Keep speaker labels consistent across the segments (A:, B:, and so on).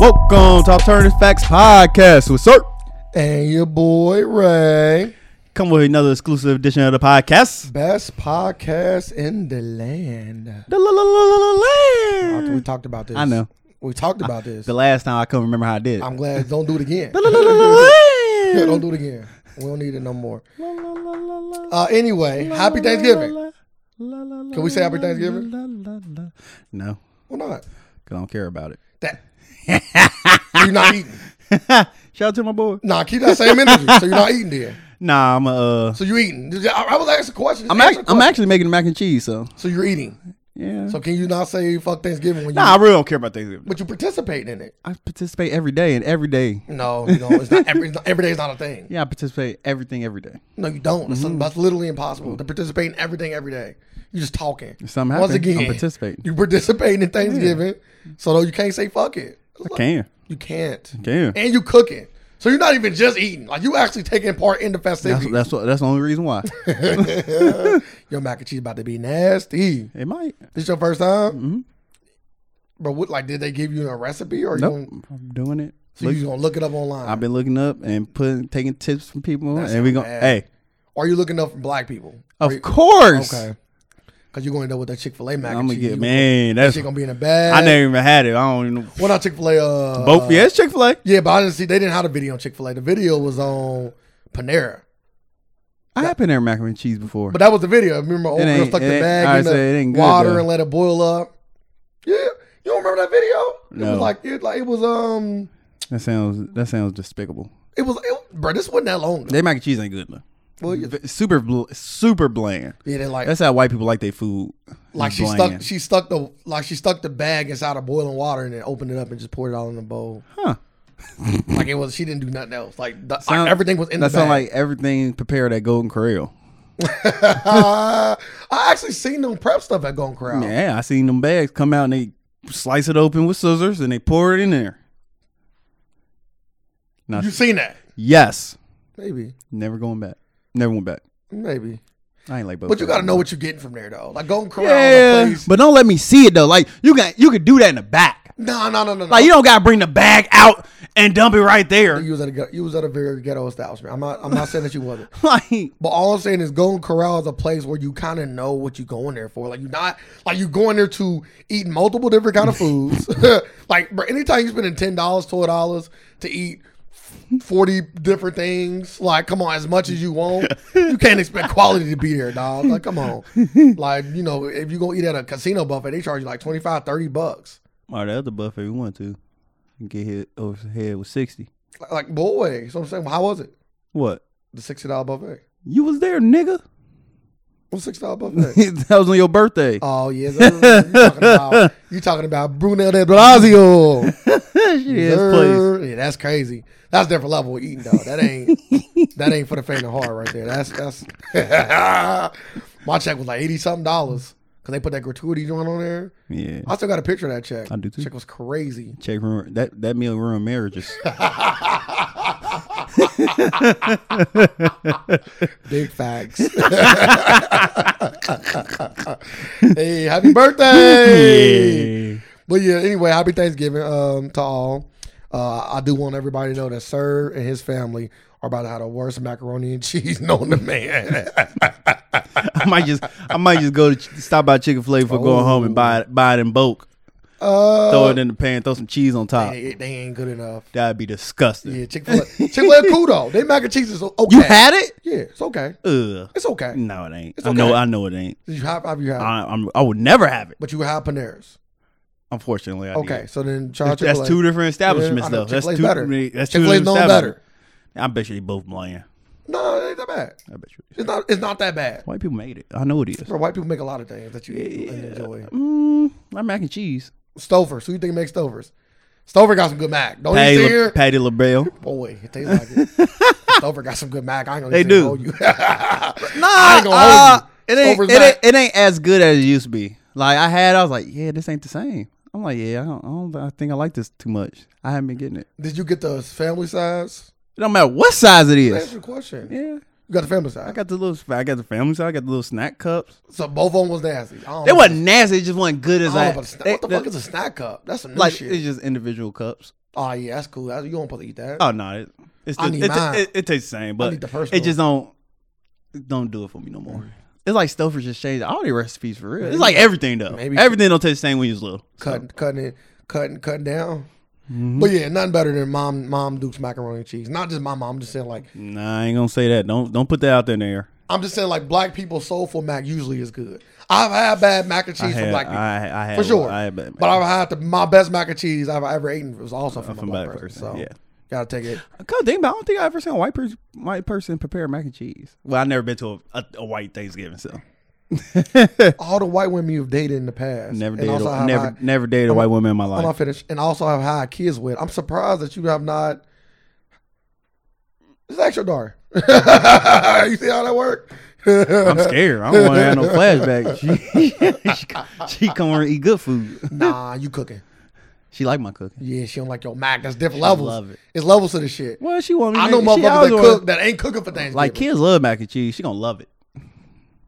A: Welcome to Alternative Facts Podcast with Sir.
B: And your boy Ray.
A: Come with another exclusive edition of the podcast.
B: Best podcast in the land.
A: The la- la- la- la- la-
B: We
A: land.
B: talked about this.
A: Mm. I know.
B: We talked about this.
A: The last time I couldn't remember how I did.
B: I'm glad. Don't do it again.
A: La- la- la- la- la-
B: Yeah,
A: land.
B: don't do it again. We don't need it no more.
A: La- la- la- la- la-
B: Uh, anyway, happy Thanksgiving.
A: Can
B: Can we say happy Thanksgiving?
A: No,
B: Why not?
A: 'cause I don't care about it.
B: That. you're not eating.
A: Shout out to my boy.
B: Nah, keep that same energy. So you're not eating there.
A: Nah, I'm uh,
B: So you're eating. I, I was asking questions.
A: I'm, act- I'm actually making mac and cheese. So
B: So you're eating.
A: yeah.
B: So can you not say fuck Thanksgiving when you?
A: nah, I really don't care about Thanksgiving.
B: But you participate in it.
A: I participate every day and every day.
B: No, you don't. It's not every, it's not- every day is not a thing.
A: Yeah, I participate everything every day.
B: No, you don't. That's,
A: Mm-hmm.
B: that's literally impossible to participate in everything every day. You're just talking.
A: If something
B: Once
A: happens,
B: again,
A: I'm participating.
B: you participate in Thanksgiving, so though you can't say fuck it.
A: I can.
B: You can't.
A: Can.
B: And you cooking, so you're not even just eating. Like you actually taking part in the
A: That's
B: festivities.
A: that's what that's the only reason why.
B: Your mac and cheese about to be nasty.
A: it might.
B: This your first time, mm-hmm. but what? Like, did they give you a recipe, or you
A: Nope.
B: gonna,
A: I'm doing it.
B: so
A: Look-
B: you gonna look it up online?
A: I've been looking up and putting taking tips from people, and we
B: not
A: going
B: bad.
A: hey,
B: or you looking up from black people?
A: of
B: Or you-
A: course.
B: Okay. Because you're going to know what that Chick Fil A mac
A: I'm
B: and
A: gonna
B: cheese.
A: get
B: you-
A: man.
B: That
A: That's
B: shit gonna be in a bag.
A: I never even had it. I don't even know.
B: Well, not Chick Fil A. Uh,
A: Both.
B: uh,
A: yeah, it's Chick Fil A.
B: yeah, but I didn't see they didn't have a video on Chick Fil A. The video was on Panera,
A: I have been there mac and cheese before.
B: but that was the video. Remember, old
A: It
B: girl
A: ain't-
B: stuck
A: it
B: the
A: ain't-
B: bag
A: I
B: in
A: say it
B: the
A: ain't good,
B: water
A: though.
B: and let it boil up. Yeah, you don't remember that video? It
A: No.
B: was like it, like it was um,
A: that sounds that sounds despicable.
B: it was it, bro. This wasn't that long. ago.
A: Their mac and cheese ain't good though.
B: Well, yeah.
A: V- super bl- super bland.
B: Yeah, they like
A: That's how white people like their food.
B: like she
A: Bland.
B: stuck she stuck the like she stuck the bag inside of boiling water and then opened it up and just poured it all in the bowl.
A: Huh.
B: Like it was she didn't do nothing else. Like, the,
A: Sound-
B: everything was in
A: That
B: the bag.
A: sound like everything prepared at Golden Corral.
B: Uh, I actually seen them prep stuff at Gone Crowd.
A: Yeah, I seen them bags come out and they slice it open with scissors and they pour it in there. Not
B: You seen that?
A: yes,
B: Maybe,
A: never going back. Never went back.
B: maybe.
A: I ain't like both.
B: But you
A: of them.
B: gotta know what you're getting from there, though. Like Gone Corral, yeah,
A: Yeah,
B: place.
A: but don't let me see it though. Like you got you could do that in the back.
B: no, no, no, no. no.
A: Like you don't gotta bring the bag out and dump it right there.
B: you was at a gu- you was at a very ghetto establishment. I'm not I'm not saying that you wasn't.
A: Like
B: But all I'm saying is Golden Corral is a place where you kind of know what you're going there for. Like you're not like you're going there to eat multiple different kind of foods. like bro, anytime you're spending ten dollars, twelve dollars to eat forty different things, like come on, as much as you want, you can't expect quality to be there, dog. Like come on, like you know if you gonna eat at a casino buffet, they charge you like 25, 30 bucks.
A: all the other buffet we want to get hit over the head with sixty.
B: Like, like, boy, so I'm saying, how was it?
A: What
B: The sixty dollar buffet.
A: you was there, nigga?
B: What's sixty dollar buffet?
A: that was on your birthday.
B: Oh yeah, you talking about you talking about Bruno de Blasio?
A: yeah, this place.
B: Sir. Yeah, that's crazy. That's different level of eating though. That ain't that ain't for the faint of heart right there. That's that's my check was like eighty something dollars because they put that gratuity joint on there.
A: Yeah.
B: I still got a picture of that check.
A: I do, too.
B: Check was crazy.
A: Check room that that meal ruined marriages.
B: Big facts. hey, happy birthday! But yeah, anyway, happy Thanksgiving um, to all. Uh, I do want everybody to know that Sir and his family are about to have the worst macaroni and cheese known to man.
A: I might just I might just go to ch- stop by Chicken Fil A before
B: Oh.
A: going home and buy it buy it in bulk.
B: Uh,
A: Throw it in the pan, throw some cheese on top.
B: they, they ain't good enough.
A: That'd be disgusting.
B: Yeah, Chick Fil A, Chick Fil A, cool though. They mac and cheese is okay.
A: You Mm. had it?
B: Yeah, it's okay.
A: Ugh.
B: It's okay.
A: No, it ain't.
B: It's
A: I know
B: okay.
A: I know it ain't.
B: Did you have? Have you had? it?
A: I I'm, I would never have it.
B: but you have Panera's.
A: Unfortunately, I did.
B: Okay, so then try
A: That's,
B: Chick
A: that's
B: Fil A.
A: two different establishments
B: I know.
A: though. That's
B: Chick-fil-A's
A: two
B: better.
A: that's two
B: Chick Fil A's
A: different
B: known
A: establishments.
B: better.
A: I bet you they both lying.
B: No, it ain't that bad.
A: I bet you. it is.
B: It's not. It's not that bad.
A: White people made it. I know it is.
B: Bro, white people make a lot of things that you eat and enjoy.
A: Mm, like mac and cheese.
B: Stover. So you think makes Stovers? Stover got some good mac. Don't
A: Patty,
B: you see
A: La,
B: here?
A: Patty LaBelle.
B: Boy, it tastes like it. Stover got some good mac. I ain't gonna
A: They
B: say
A: do.
B: hold you.
A: Nah, uh,
B: I ain't gonna hold you.
A: it ain't
B: Stover's
A: it ain't,
B: back.
A: it ain't as good as it used to be. Like I had, I was like, yeah, this ain't the same. I'm like, yeah, I don't, I don't I think I like this too much. I haven't been getting it.
B: Did you get the family size?
A: It don't matter what size it
B: Answer
A: is.
B: the question.
A: Yeah,
B: You got the family
A: I
B: size.
A: got the little, I got the family size. I got the little snack cups.
B: So both of them was nasty. I don't
A: They
B: know.
A: wasn't nasty. It just wasn't good as
B: I don't know
A: I.
B: about the snack-
A: they-
B: what the
A: they-
B: fuck is a snack cup? That's some new
A: like
B: shit.
A: it's just individual cups.
B: Oh yeah, that's cool. That's, you don't supposed to eat that.
A: Oh no, it, it's
B: I
A: just,
B: need
A: it,
B: mine.
A: it, it tastes the same, but
B: need the first
A: it
B: one.
A: just don't it don't do it for me no more. It's like stuff has just changed all the recipes for real. It's like everything though.
B: maybe-
A: everything don't taste the same when you was little. So, Mm-hmm.
B: cutting, cutting it, cutting, cutting down. But yeah, nothing better than mom, mom Duke's macaroni and cheese. Not just my mom. I'm just saying like,
A: nah, I ain't gonna say that. Don't don't put that out there in the air.
B: I'm just saying like, black people soulful mac usually is good. I've had bad mac and
A: I
B: cheese from
A: had-
B: black people.
A: I, I had,
B: for sure.
A: I had bad
B: but I've had the, my best mac and cheese I've ever eaten was also from,
A: from
B: a black,
A: black
B: person.
A: person,
B: So
A: yeah.
B: gotta take it.
A: Come think about. It, I don't think I ever seen a white person white person prepare mac and cheese. Well, I never been to a, a, a white Thanksgiving, so
B: All the white women you've dated in the past,
A: never
B: and
A: dated
B: also
A: a,
B: have
A: never
B: I-
A: never dated a white woman in my
B: Hold on,
A: life.
B: finish. And also have high kids with. I'm surprised that you have not. Just ask your daughter. you see how that work?
A: I'm scared. I don't want to have no flashback. She, she, she come over and eat good food.
B: nah, you cooking.
A: She like my cooking.
B: Yeah, she don't like your mac. That's different levels.
A: love it.
B: It's levels to this shit.
A: Well, she want me.
B: I know
A: she
B: motherfuckers
A: always
B: that
A: wanna-
B: cook that ain't cooking for Thanksgiving.
A: Like kids love mac and cheese. She gonna love it.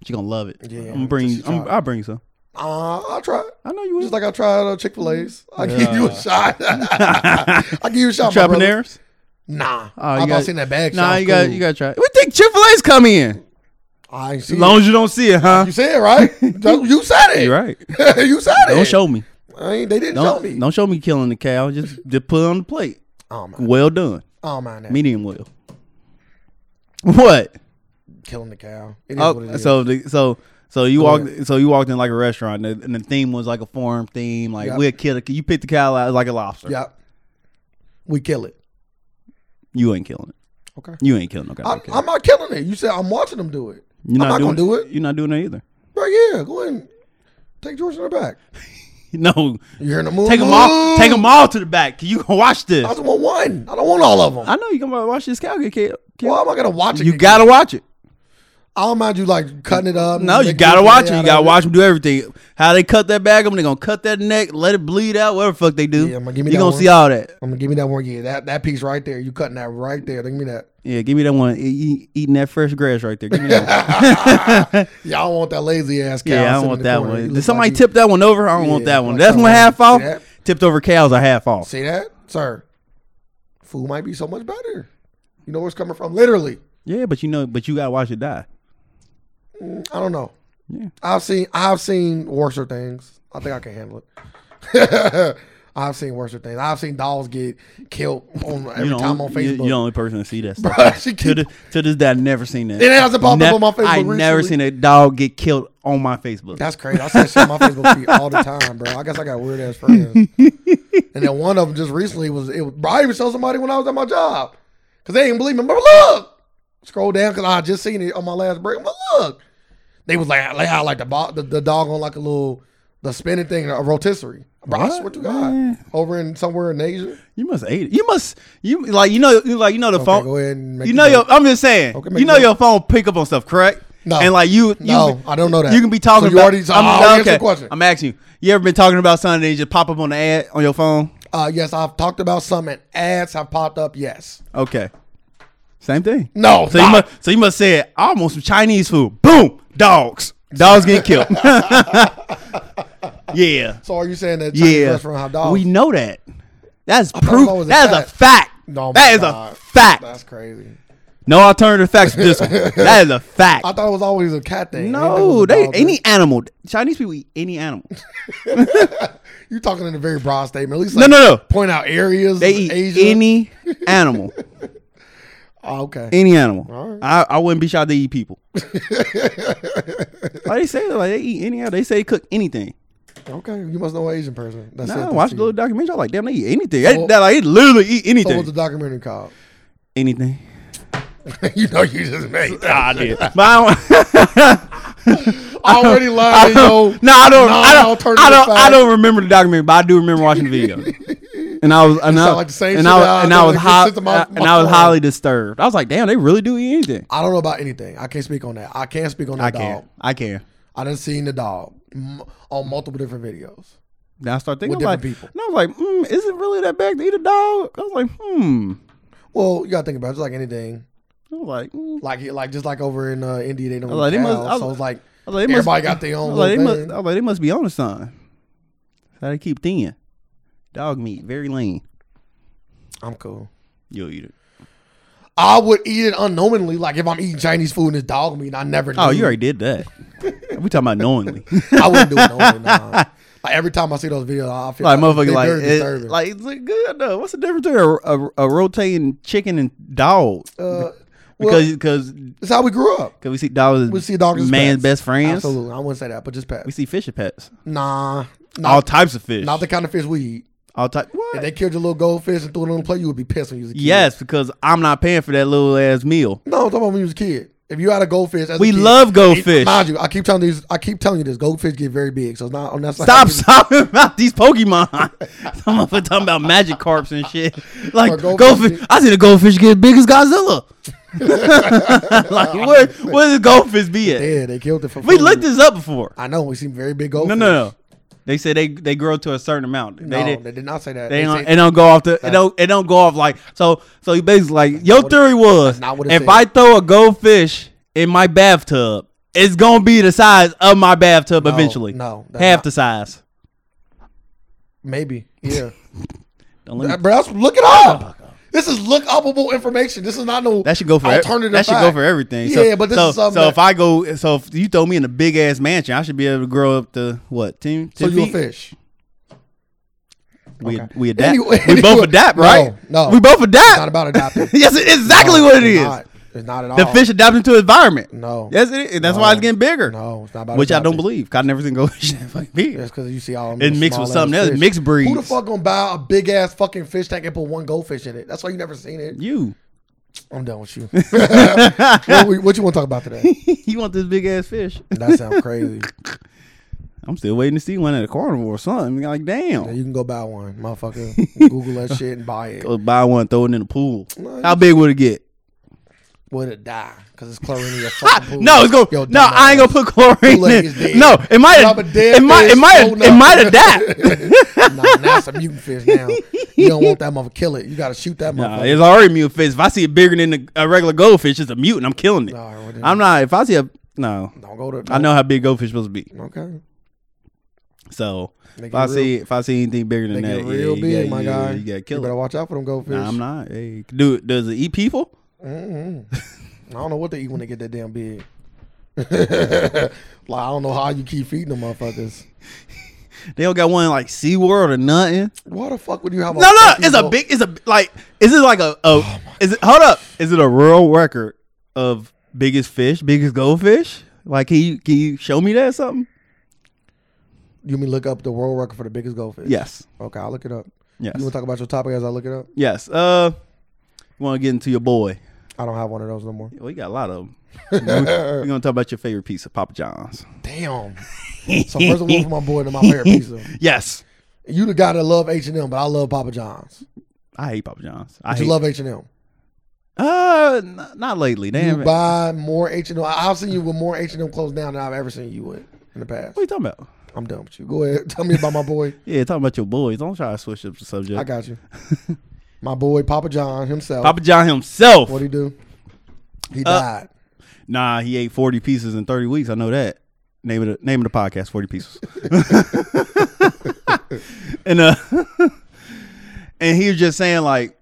A: She gonna love it.
B: Yeah,
A: I'm gonna bring.
B: just
A: I'm,
B: try.
A: I'll bring some.
B: uh, I'll try. it.
A: I know you
B: Just
A: would.
B: like I tried uh, Chick Fil A's. I give you a shot. I give you a shot. my brother.
A: Trapaneers. Oh,
B: Nah,
A: you
B: I thought
A: got-
B: seen that bag.
A: Nah,
B: shop
A: you got
B: cool.
A: you got to try. it. We think Chick Fil A's come in.
B: I ain't
A: As
B: seen.
A: long
B: it.
A: as you don't see it, huh?
B: You said it right. That's- you said it.
A: You're right.
B: you said it.
A: Don't show me.
B: I ain't, they didn't show
A: Don't
B: me. Oh,
A: don't show me killing the cow. Just just put it on the plate.
B: I don't mind.
A: Well done.
B: I don't mind that.
A: Medium well. What?
B: killing the cow. It is what it
A: Oh,
B: is.
A: so the, so so you
B: Go
A: walked so you walked in like a restaurant and the, and the theme was like a farm theme like
B: Yep.
A: we'll kill a you picked the cow out it was like a lobster
B: yep. We kill it.
A: you ain't killing it
B: Okay.
A: you ain't killing no cow
B: I, I'm not killing it. You said I'm watching them do it.
A: you're
B: I'm not
A: doing,
B: gonna do it.
A: you're not doing it either
B: But yeah, go ahead. And take George to the back.
A: no
B: You hearing the move?
A: take them all take them all to the back you can watch this
B: I just want one. I don't want all of them.
A: I know you gonna watch this cow get killed
B: Why am I gonna watch it?
A: you gotta watch it
B: I don't mind you like cutting it up.
A: no you
B: making
A: gotta
B: meat
A: watch
B: out
A: it you
B: of
A: gotta watch them do everything how they cut that bag up they gonna cut that neck let it bleed out whatever the fuck they do
B: Yeah, I'ma give me
A: you
B: that
A: gonna
B: one.
A: see all that
B: I'm gonna give me that one. Yeah, that, that piece right there. You cutting that right there. Give me that.
A: yeah give me that one E- e- eating that fresh grass right there give me that one.
B: Yeah, I don't want that lazy ass cow.
A: Yeah, I
B: sitting
A: don't
B: in
A: want
B: the
A: that
B: corner. You
A: one.
B: look
A: Did somebody
B: like you-
A: tip that one over? I don't want
B: Yeah,
A: that one.
B: like
A: That's one
B: somebody-
A: half off.
B: See that?
A: Tipped over cows are half off.
B: See that, sir? Food might be so much better. You know where it's coming from? Literally.
A: Yeah, but you know, but you gotta watch it die.
B: Mm, I don't know.
A: Yeah.
B: I've seen I've seen worser things. I think I can handle it. I've seen worser things. I've seen dolls get killed on every
A: you know,
B: time on
A: you-
B: Facebook.
A: You're the only person to see that. Stuff.
B: Bruh, she
A: to,
B: keep-
A: the, to this day, I never seen that.
B: It hasn't popped up on my Facebook
A: I never
B: recently.
A: seen a dog get killed on my Facebook.
B: That's crazy. I see that shit on my Facebook feed all the time, bro. I guess I got weird ass friends. and then one of them just recently was it was bro, I even saw somebody when I was at my job because they didn't believe me. But look, scroll down because I had just seen it on my last break. But look, they was like they had like the, bo- the the dog on like a little the spinning thing a rotisserie. Bro, I
A: What?
B: swear to God,
A: Man.
B: over in somewhere in Asia.
A: you must hate it. You must you like you know you like you know the
B: Okay,
A: phone.
B: go ahead and make
A: you
B: it
A: know
B: go.
A: your. I'm just saying.
B: Okay, make
A: you
B: it
A: know
B: go.
A: your phone pick up on stuff, correct?
B: No.
A: And like you, you
B: No, I don't know that.
A: You can be talking
B: So you
A: about.
B: already- so I already answered the question.
A: I'm asking you. You ever been talking about something and it just pop up on the ad on your phone?
B: Uh, yes, I've talked about some and ads have popped up. Yes,
A: Okay. Same thing.
B: no,
A: So you must so you must say it, I want some Chinese food. Boom. Dogs. Dogs getting killed. yeah.
B: so are you saying that Chinese
A: Yeah.
B: restaurant have dogs?
A: We know that. That's
B: thought
A: proof.
B: that was a
A: That is a
B: fact.
A: fact.
B: No, my
A: that is
B: God.
A: a fact.
B: That's crazy.
A: No alternative facts for this one. That is a fact.
B: I thought it was always a cat thing. I didn't know it was
A: no,
B: a
A: they
B: dog thing.
A: any animal. Chinese people eat any animal.
B: You talking in a very broad statement. At
A: e-
B: least
A: No,
B: like,
A: no, no.
B: Point out areas.
A: They
B: of
A: eat
B: Asia.
A: any animal.
B: Oh, okay.
A: Any animal.
B: All right.
A: I, I wouldn't be shocked they eat people. like they say like they eat any animal. They say they cook anything.
B: Okay. You must know an Asian person. That's
A: Nah,
B: it.
A: I watched
B: That's
A: the
B: you.
A: little documentary. I was like, damn, they eat anything. They-
B: So-
A: they, like, they literally eat
B: So
A: anything.
B: what's the documentary called?
A: anything.
B: you know, you just made. That.
A: I did. But I don't.
B: Already lying, yo.
A: no, I don't. I don't.
B: Non-alternative
A: I don't. I
B: fact.
A: don't remember the documentary, but I do remember watching the video. And I was, and I,
B: sound like the same
A: and
B: shit
A: I was,
B: that I
A: and I
B: do
A: was,
B: when it
A: high,
B: gets to my-
A: and I was
B: my
A: highly disturbed. I was like, "Damn, they really do eat anything."
B: I don't know about anything. I can't speak on that. I can't speak on that
A: I
B: dog.
A: can't. I can't.
B: I done seen the dog m- on multiple different videos.
A: Now I start thinking
B: With
A: like,
B: different people.
A: and I was like, mm, "Is it really that bad to eat a dog?" I was like, "Hmm."
B: Well, you gotta think about it. It's like anything.
A: I was like, mm.
B: Like, like just like over in uh, India, they don't.
A: I was like,
B: eat
A: they must-
B: cows,
A: I was-
B: so it's like
A: I was like, they must-
B: everybody got their
A: I
B: own.
A: was like, they
B: little
A: must,
B: thing.
A: I was like, they must be on to something. That's How they keep thin. Dog meat, very lean.
B: I'm cool.
A: You'll eat it.
B: I would eat it unknowingly, like if I'm eating Chinese food and it's dog meat, and I never.
A: Oh,
B: knew.
A: you already did that. we talking about knowingly.
B: I wouldn't do it knowingly. Nah. Like every time I see those videos, I feel
A: like
B: like,
A: motherfucker,
B: they're
A: like
B: very
A: it,
B: disturbing.
A: like it's like, good though. What's the difference between a, a, a rotating chicken and dog?
B: uh, well,
A: Because because
B: it's how we grew up.
A: we see dogs as
B: We see dogs as
A: man's
B: pets.
A: best friends.
B: Absolutely, I wouldn't say that, but just
A: We Oh.
B: pets.
A: see fish as pets.
B: Nah,
A: All
B: not,
A: types of fish.
B: not the kind of fish we eat.
A: All type.
B: If
A: What?
B: they killed your little goldfish and threw it on the plate, you would be pissed when you was a kid.
A: Yes, because I'm not paying for that little ass meal.
B: No, I'm talking about when you was a kid. If you had a goldfish, as a
A: We
B: kid-
A: love goldfish.
B: Mind you, I keep telling these. I keep telling you this. Goldfish get very big, so it's not. That's not
A: Stop talking about these Pokemon. Some of us talking about magic carps and shit. Like
B: Or goldfish.
A: goldfish. I seen a goldfish get as big as Godzilla. like where where does goldfish be at?
B: Yeah, they killed it for.
A: We
B: food.
A: looked this up before.
B: I know we seen very big goldfish.
A: No, no, no. They said they they grow to a certain amount. They
B: No,
A: did.
B: they did not say that.
A: They don't,
B: said-
A: it don't go off the it don't it don't go off like so so you basically like your theory was
B: not what it
A: if
B: said.
A: I throw a goldfish in my bathtub it's gonna be the size of my bathtub eventually
B: no, that's
A: half
B: not-
A: the size
B: Maybe. Yeah.
A: Don't let me-
B: but that's, look it up. This is look upable information. This is not no
A: That should go for
B: alternative.
A: That should go
B: fact.
A: for everything.
B: Yeah,
A: so,
B: but this
A: so,
B: is something
A: So
B: that-
A: if I go, so if you throw me in a big ass mansion, I should be able to grow up to what 10,
B: So
A: 10
B: you a
A: feet?
B: fish.
A: We
B: Okay.
A: we adapt.
B: Anyway-
A: we both
B: anyway-
A: adapt, right?
B: no, no.
A: we both adapt.
B: It's not about adopting.
A: yes, it's exactly
B: No,
A: what it
B: it's
A: is.
B: Not. It's not at all.
A: The fish adapting to its environment.
B: Oh. No.
A: Yes, it is. That's
B: No.
A: why it's getting bigger,
B: No, it's not about
A: which I
B: adopting.
A: don't believe. 'cause I never seen goldfish that fucking big.
B: That's because you see all them
A: It
B: little
A: mixed with
B: small ass
A: something else.
B: fish.
A: Mixed
B: Who the
A: breeds.
B: fuck gonna buy a big ass fucking fish tank and put one goldfish in it? That's why you never seen it.
A: You,
B: I'm done with you. what, we- what you want to talk about today?
A: you want this big ass fish?
B: That sounds crazy.
A: I'm still waiting to see one at a carnival or something. Like,
B: Yeah,
A: damn,
B: you can go buy one, motherfucker. Google that shit and buy it.
A: Go Uh, buy one, throw it in the pool.
B: No,
A: How big would it get?
B: Would it die? Because it's chlorine in your fucking pool.
A: Ah, No, it's gonna.
B: Yo,
A: no,
B: dumb
A: I ain't gonna
B: ass.
A: put chlorine.
B: Kool-Aid
A: In.
B: is dead.
A: No, it might.
B: Drop a
A: It
B: dead
A: might.
B: fish,
A: It might.
B: throw
A: It
B: nothing.
A: might have died.
B: nah, now it's a mutant fish now. You don't want that motherfucker. Kill it. You got to shoot that
A: Nah,
B: motherfucker.
A: it's already a mutant fish. If I see it bigger than the- a regular goldfish, it's a mutant. I'm killing it.
B: Nah, what the-
A: I'm not. If I see a no,
B: Don't go to.
A: I know how big goldfish supposed to be.
B: Okay.
A: So
B: They
A: if
B: get
A: I
B: real-
A: see if I see anything bigger
B: They
A: than that,
B: get real
A: yeah,
B: big,
A: you gotta-
B: my
A: you-
B: guy.
A: You gotta kill
B: better
A: it.
B: watch out for them goldfish.
A: Nah, I'm not. Hey, dude, does it eat people?
B: Mm-mm. I don't know what they eat when they get that damn big. like I don't know how you keep feeding them motherfuckers.
A: They don't got one like SeaWorld or nothing.
B: Why the fuck would you have?
A: No, no,
B: fucking Oh
A: it's a
B: gold-
A: big. It's a like. Is it like a? a is it? Hold up. Is it a world record of biggest fish, biggest goldfish? Like, can you can you show me that or something?
B: You mean look up the world record for the biggest goldfish?
A: Yes,
B: Okay, I'll look it up.
A: yes,
B: You want to talk about your topic as I look it up?
A: yes. Uh, you want to get into your boy?
B: I don't have one of those no more.
A: Yeah, we got a lot of them. We're gonna talk about your favorite piece of Papa John's.
B: Damn. so first of all, for my boy to my favorite pizza.
A: Yes,
B: You the guy that love H and M, but I love Papa John's.
A: I hate Papa John's. I
B: But you
A: hate,
B: love H and M.
A: Uh, n- not lately. Damn.
B: You
A: What are
B: buy more H and M. I've seen you with more H and M clothes now than I've ever seen you with in the past.
A: you talking about?
B: I'm done with you. Go ahead, tell me about my boy.
A: Yeah, talking about your boys. Don't try to switch up the subject.
B: I got you. My boy Papa John himself.
A: Papa John himself.
B: What'd he do? He
A: Uh,
B: died.
A: Nah, he ate forty pieces in thirty weeks. I know that. Name of the name of the podcast: Forty Pieces. and uh, and he was just saying like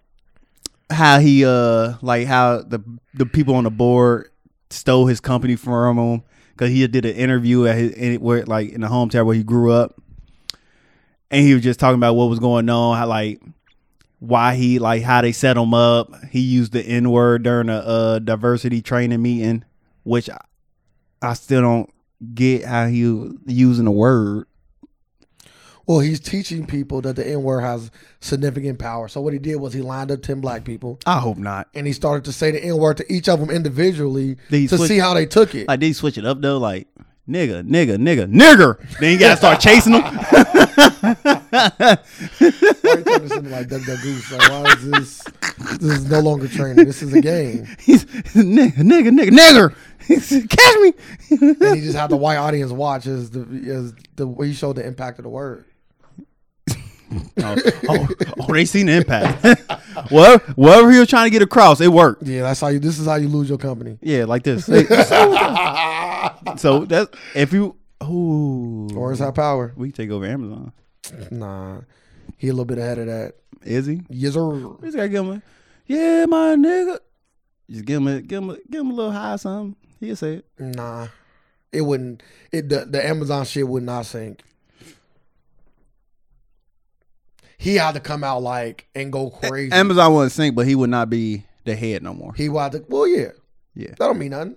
A: how he uh like how the the people on the board stole his company from him because he did an interview at his in, where like in the hometown where he grew up, and he was just talking about what was going on, how like why he like how they set him up. He used the N word during a uh, diversity training meeting, which I, I still don't get how he was using the word.
B: Well, he's teaching people that the N word has significant power. So what he did was he lined up ten black people
A: I hope not.
B: and he started to say the N word to each of them individually
A: Then he
B: to
A: switched-
B: see how they took it.
A: Like they switch it up though, like nigga, nigga, nigga, nigger. Then you gotta start chasing him.
B: Why you turn this into like Duck Duck Goose? Like, why is this? This is no longer training. This is a game.
A: He's nigga, nigga, nigga, nigger. He said, Catch me.
B: And he just had the white audience watch as the as the he showed the impact of the word.
A: oh, oh, oh, they seen the impact. well, whatever he was trying to get across, it worked.
B: Yeah, that's how you. This is how you lose your company.
A: Yeah, like this. Hey, so that's if you. Ooh.
B: Words have power.
A: We can take over Amazon.
B: Nah, he a little bit ahead of that.
A: Is he?
B: Yes, sir.
A: We just gotta give him a, yeah, my nigga. Just give him a, give him a, give him a little high something. He'll say it.
B: Nah, it wouldn't. It the, the Amazon shit would not sink. He had to come out like and go crazy.
A: Amazon wouldn't sink, but he would not be the head no more.
B: he had to. Well, yeah,
A: Yeah.
B: That don't mean nothing.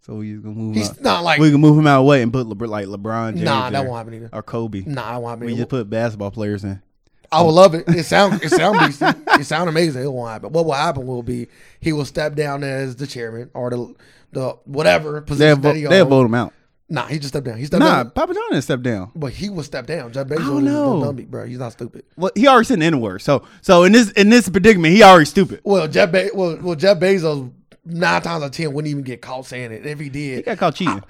A: So we just gonna move
B: He's
A: on.
B: not like
A: we can move him out of the way and put LeBron, like LeBron James
B: nah. That
A: or,
B: won't happen either.
A: or Kobe.
B: Nah, that won't happen.
A: We
B: either.
A: just put basketball players in.
B: I would love it. It sound it sound decent. It sound amazing. It won't happen. What will happen will be he will step down as the chairman or the the whatever
A: They'll,
B: position
A: vo-
B: that he
A: they'll
B: holds.
A: vote him out.
B: Nah, he just stepped down. He stepped
A: Nah,
B: down.
A: Papa John didn't step down.
B: But he will step down. Jeff Bezos is
A: don't
B: a
A: know.
B: dummy, bro. He's not stupid.
A: Well, he already said the N word. So, so in this in this predicament, he already stupid.
B: Well, Jeff Be- well, well, Jeff Bezos nine times out of ten wouldn't even get caught saying it. If he
A: He
B: did,
A: got caught cheating.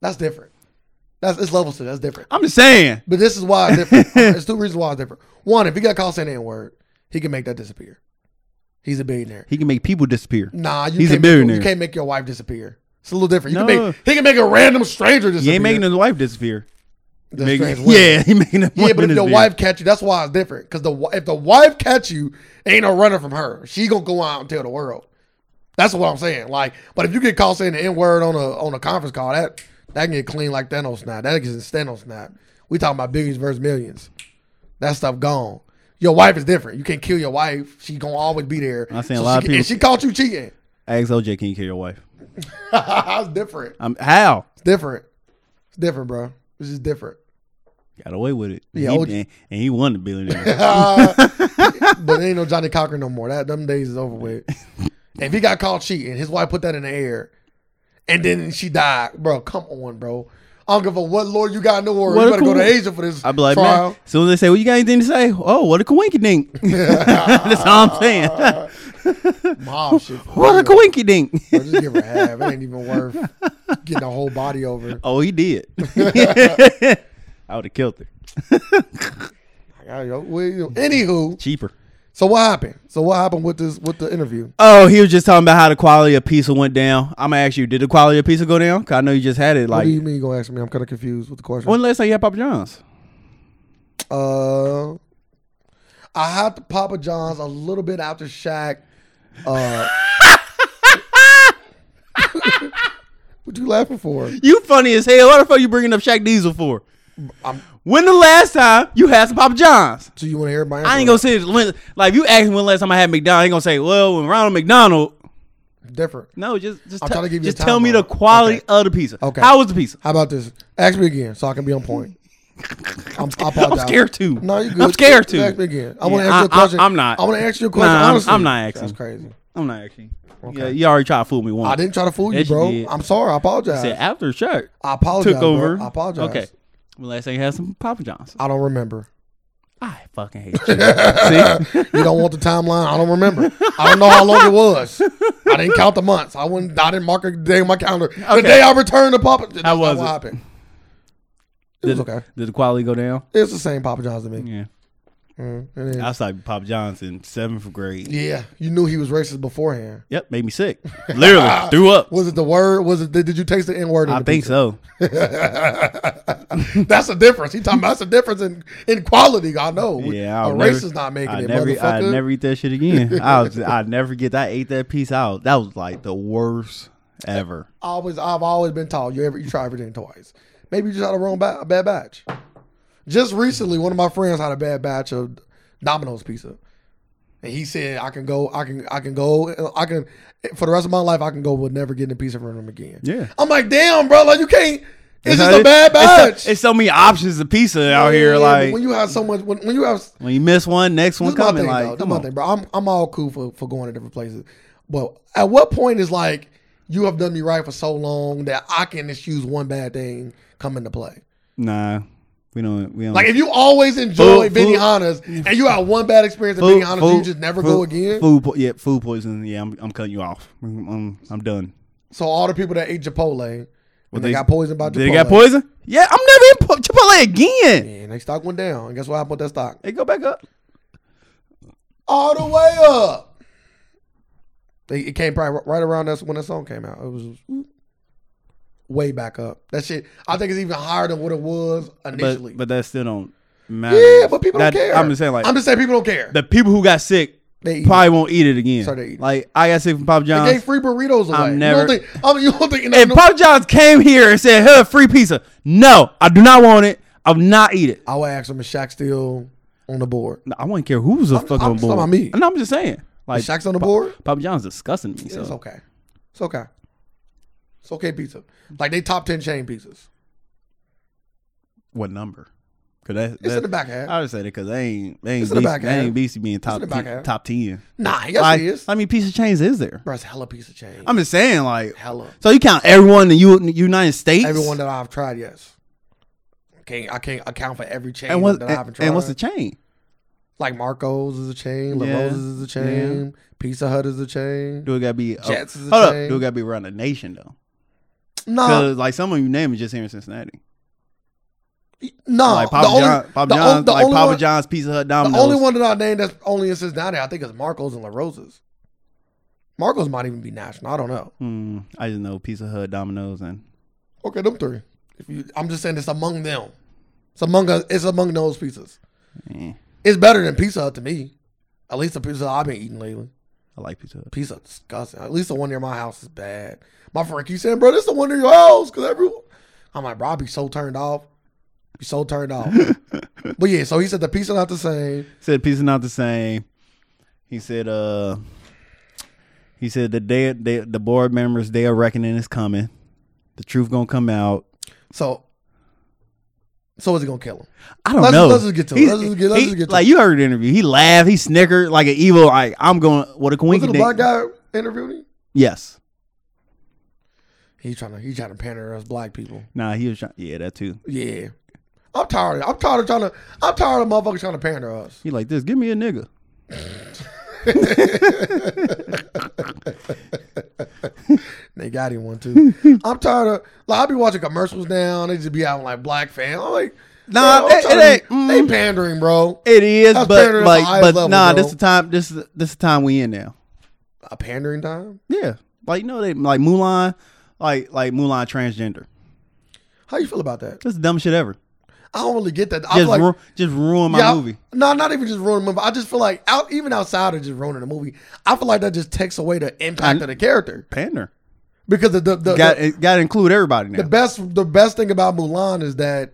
B: that's different. That's it's level two. That's different.
A: I'm just saying.
B: But this is why it's different. There's two reasons why it's different. One, if he got caught saying that word, he can make that disappear. He's a billionaire.
A: He can make people disappear.
B: Nah, you
A: He's a
B: can't make-
A: billionaire.
B: you can't make your wife disappear. It's a little different. You can
A: No.
B: make he can make a random stranger disappear.
A: He ain't making his wife disappear.
B: The
A: Make-
B: strange women.
A: yeah, he making his
B: Yeah,
A: woman
B: but if your
A: disappear.
B: wife catch you, that's why it's different. Because the wi- if the wife catch you, ain't no running from her. She gonna go out and tell the world. That's what I'm saying. Like, but if you get caught saying the n word on a on a conference call, that that can get clean like Thanos snap. That gets Thanos snap. We talking about billions versus millions. That stuff gone. Your wife is different. You can't kill your wife. She gonna always be there.
A: I seen a lot
B: she,
A: of people-
B: And she caught you cheating.
A: ask OJ, can you kill your wife?
B: it's different.
A: Um, how?
B: It's different. It's different, bro. It's just different.
A: Got away with it.
B: Yeah,
A: he,
B: OJ
A: and, and he won the billionaire.
B: but it ain't no Johnny Cochran no more. That them days is over with. If he got caught cheating, his wife put that in the air, and then she died, bro. Come on, bro. I don't give a what lawyer you got in the world.
A: What
B: You
A: a
B: better go to
A: cool-
B: Asia for this
A: I'd be like, man.
B: trial.
A: As soon as they say, well, you got anything to say? Oh, what a coinky dink. That's all I'm saying.
B: Mom, shit. for
A: what a
B: real.
A: coinky dink.
B: Bro, just give her half. It ain't even worth getting the whole body over.
A: oh, he did. I would have killed her.
B: Like, I don't- well, you know, Anywho,
A: Cheaper.
B: so what happened? So what happened with this with the interview?
A: Oh, he was just talking about how the quality of pizza went down. I'm gonna ask you, did the quality of pizza go down? 'Cause I know you just had it.
B: what
A: Like,
B: do you mean you gonna ask me? I'm kind of confused with the question.
A: when last time you had Papa John's?
B: Uh, I had the Papa John's a little bit after Shaq. Uh, what you laughing for?
A: You funny as hell. What the fuck you bringing up Shaq Diesel for?
B: I'm-
A: when the last time you had some Papa John's?
B: So you want to hear my?
A: I ain't gonna
B: answer?
A: say when, like if you ask me when last time I had McDonald's. I ain't gonna say well when Ronald McDonald.
B: different.
A: No, just just,
B: I'm
A: tell-
B: trying to give you a
A: just tell me
B: timeline.
A: the quality
B: Okay.
A: of the pizza.
B: Okay.
A: how was the pizza?
B: How about this? Ask me again so I can be on point. I'm, I apologize.
A: I'm scared too.
B: No, you good.
A: I'm scared too.
B: Ask me again. I want to
A: Yeah,
B: ask you a
A: I- I-
B: question.
A: I'm not.
B: I want to ask you a question.
A: Nah, I'm-
B: honestly.
A: I'm not asking.
B: That's crazy.
A: I'm not actually. Yeah, you already tried to fool me once.
B: I didn't try to fool you,
A: Yes, you
B: bro.
A: did.
B: I'm sorry. I apologize.
A: Said after Shaq
B: I apologize.
A: took over.
B: Oh, Bro. I apologize.
A: Okay. When last time you had some Papa John's?
B: I don't remember.
A: I fucking hate you. See?
B: You don't want the timeline. I don't remember. I don't know how long it was. I didn't count the months. I wouldn't. I didn't mark a day on my calendar. The
A: Okay.
B: day I returned to Papa, that's not
A: was
B: what
A: it?
B: happened. It was okay.
A: Did the quality go down?
B: It's the same Papa John's to me.
A: Yeah.
B: Mm, it is.
A: Mm-hmm. I was like Pop Johnson, seventh grade.
B: yeah, you knew he was racist beforehand.
A: Yep, made me sick. Literally threw up.
B: Was it the word? Was it? Did you taste the N word?
A: I think so.
B: so. That's a difference. He talking about that's a difference in, in quality. I know.
A: Yeah,
B: a
A: I'll never-
B: racist not making
A: I
B: it,
A: never, I
B: motherfucker.
A: never eat that shit again. I was, I never get that. I ate that piece out. That was like the worst ever.
B: always I've always been taught you ever you try everything twice. Maybe you just had a wrong ba- a bad batch. Just recently, one of my friends had a bad batch of Domino's pizza, and he said, "I can go, I can, I can go, I can for the rest of my life, I can go with never getting a pizza from him again."
A: Yeah.
B: I'm like, damn, bro, like you can't. It's
A: how
B: just a
A: it-
B: bad batch.
A: It's so, it's so many options of pizza out
B: Yeah,
A: here.
B: but
A: like
B: when
A: when you,
B: you have so much, when, when you have
A: miss one, next one
B: this is my
A: coming.
B: thing,
A: like
B: though. This
A: come
B: my
A: on.
B: thing, bro. I'm I'm all cool for, for going to different places, but at what point is like you have done me right for so long that I can excuse one bad thing come into play?
A: Nah, we don't. We don't.
B: Like if you always enjoy
A: Food- food-
B: Benihana's and you have one bad experience at Benihana's, and you just never
A: food-
B: go again.
A: Food, po- yeah, food poisoning. Yeah, I'm, I'm cutting you off. I'm, I'm, I'm done.
B: So all the people that ate Chipotle, when they,
A: they-
B: got poisoned by Chipotle,
A: Did it got poison? Yeah, I'm never in Po- Chipotle again.
B: and they stock went down. And guess what happened with that stock?
A: They go back up.
B: All the way up. They, it came probably right around that's when that song came out. It was way back up. That shit, I think it's even higher than what it was
A: but
B: initially.
A: but that still don't matters.
B: Yeah, but people
A: That-
B: don't care.
A: I'm just saying, like
B: I'm just saying people don't care.
A: the people who got sick
B: They eat
A: probably won't eat it again.
B: So they eat it.
A: like I got sick from Papa
B: they gave
A: John's.
B: free burritos away.
A: I'm
B: You
A: never-
B: don't think- I mean, you don't think? no,
A: If
B: no-
A: Papa John's came here and said, "Hey, free pizza," no, I do not want it. I will not eat it.
B: I would ask him if Shaq's still on the board.
A: No, I wouldn't care who's a fucking
B: I'm
A: on
B: just talking
A: board.
B: about me.
A: No, I'm just saying. Like
B: If Shaq's on the board.
A: Papa John's disgusting me. So
B: It's okay. It's okay. It's okay pizza. Like they top ten chain pizzas.
A: what number? Cause that,
B: It's
A: that-
B: in the back eh? half.
A: I would say that because they ain't they ain't
B: It's in the back
A: BC, they
B: half.
A: ain't BC being top
B: the back
A: ten-
B: half.
A: top ten.
B: Nah, yes
A: like,
B: it is.
A: I mean, piece of chains is there?
B: Bro, it's hella piece of chain.
A: I'm just saying, like,
B: hella.
A: so you count everyone in the U- United States,
B: Everyone that I've tried, yes. Can't I can't account for every chain
A: and what's
B: that I haven't
A: and,
B: tried.
A: and what's the chain?
B: like Marco's is a chain, La
A: Yeah.
B: Rosa's is a chain, Pizza Hut is a chain.
A: Do it gotta be? oh,
B: Jets is a
A: hold up,
B: chain.
A: do it gotta be around the nation though?
B: No,
A: Because like some of you name is just here in Cincinnati.
B: no.
A: like Papa
B: Uh, the only,
A: John, Papa
B: the on-
A: John's,
B: the
A: like
B: only
A: Papa
B: one,
A: John's Pizza Hut,
B: the
A: Domino's.
B: only one that I named that's only in Cincinnati, I think, is Marco's and La Rosa's. Marco's might even be national. I don't know.
A: Hmm, I just know Pizza Hut, Domino's, and Mm.
B: Okay, them three. If you, I'm just saying it's among them. It's among us. It's among those pizzas.
A: eh,
B: It's better than Pizza Hut to me. At least the pizza I've been eating lately.
A: I like Pizza Hut.
B: Pizza Hut disgusting. At least the one near my house is bad. My friend keeps saying, "Bro, this the one near your house," because everyone. I'm like, "Bro, I be so turned off. Be so turned off." but yeah, so he said the pizza not the same.
A: Said pizza not the same. He said, uh, he said the day they, the board members' day of reckoning is coming. The truth gonna come out.
B: So, so is he gonna kill him?
A: I don't
B: Let's-
A: know.
B: let's just get to it.
A: He's-
B: Let's just get- let's
A: he-
B: just get to
A: like
B: it.
A: you heard the interview. He laughed. He snickered like an evil. Like I'm going. What a
B: Was
A: coinky
B: it a
A: dink.
B: black guy interviewed him?
A: Yes.
B: He trying to he trying to pander us black people.
A: Nah. He was. Trying, yeah. That too.
B: Yeah. I'm tired. Of, I'm tired of trying to. I'm tired of motherfuckers trying to pander us.
A: He like this. Give me a nigga.
B: They got him one too. I'm tired of. Like I be watching commercials now. They just be out like black fan. I'm like,
A: Nah,
B: bro, I'm
A: it-
B: tired
A: it
B: of-
A: ain't-
B: They
A: mm.
B: pandering, bro.
A: It is,
B: That's
A: but
B: better than
A: like,
B: the highest
A: but
B: level,
A: nah.
B: bro.
A: This the time. This is this the time we in now.
B: A pandering time.
A: Yeah. Like you know they like Mulan, like like Mulan transgender.
B: How you feel about that?
A: That's the dumbest shit ever.
B: I don't really get that. I feel
A: Just
B: like
A: ru- just ruin my
B: yeah,
A: movie.
B: No, not even just ruining the movie. I just feel like out even outside of just ruining the movie, I feel like that just takes away the impact
A: I-
B: of the character
A: Pander.
B: because the the, the,
A: Got it, got to include everybody now.
B: the best the best thing about Mulan is that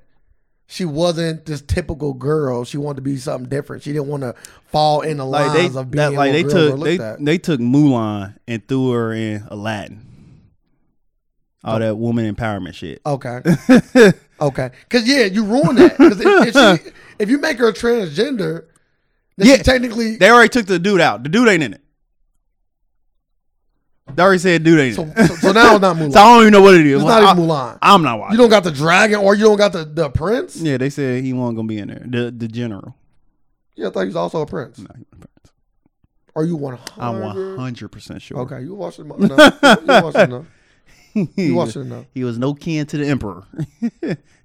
B: she wasn't this typical girl. She wanted to be something different. She didn't want to fall in the
A: like they
B: lines of
A: that,
B: being
A: like
B: what
A: they
B: girls were
A: took
B: looked
A: they
B: at.
A: they took Mulan and threw her in Aladdin. All that woman empowerment shit.
B: Okay. okay. Because, yeah, you ruined that. 'Cause if, if, she, if you make her transgender, then
A: Yeah.
B: she technically.
A: They already took the dude out. The dude ain't in it. They already said dude ain't
B: so,
A: in it.
B: so, so now it's not Mulan.
A: So I don't even know what it is.
B: it's
A: Well,
B: not even
A: I,
B: Mulan.
A: I'm not
B: you
A: watching.
B: don't got the dragon or you don't got the, the prince? Yeah.
A: Yeah, they said he wasn't gonna be in there. The the general.
B: I thought he was also a prince.
A: No, he wasn't.
B: Are you 100?
A: I'm 100 percent sure.
B: Okay, you watched it enough. No, you watched it enough.
A: he,
B: You
A: was,
B: watched it enough.
A: he was no kin to the emperor.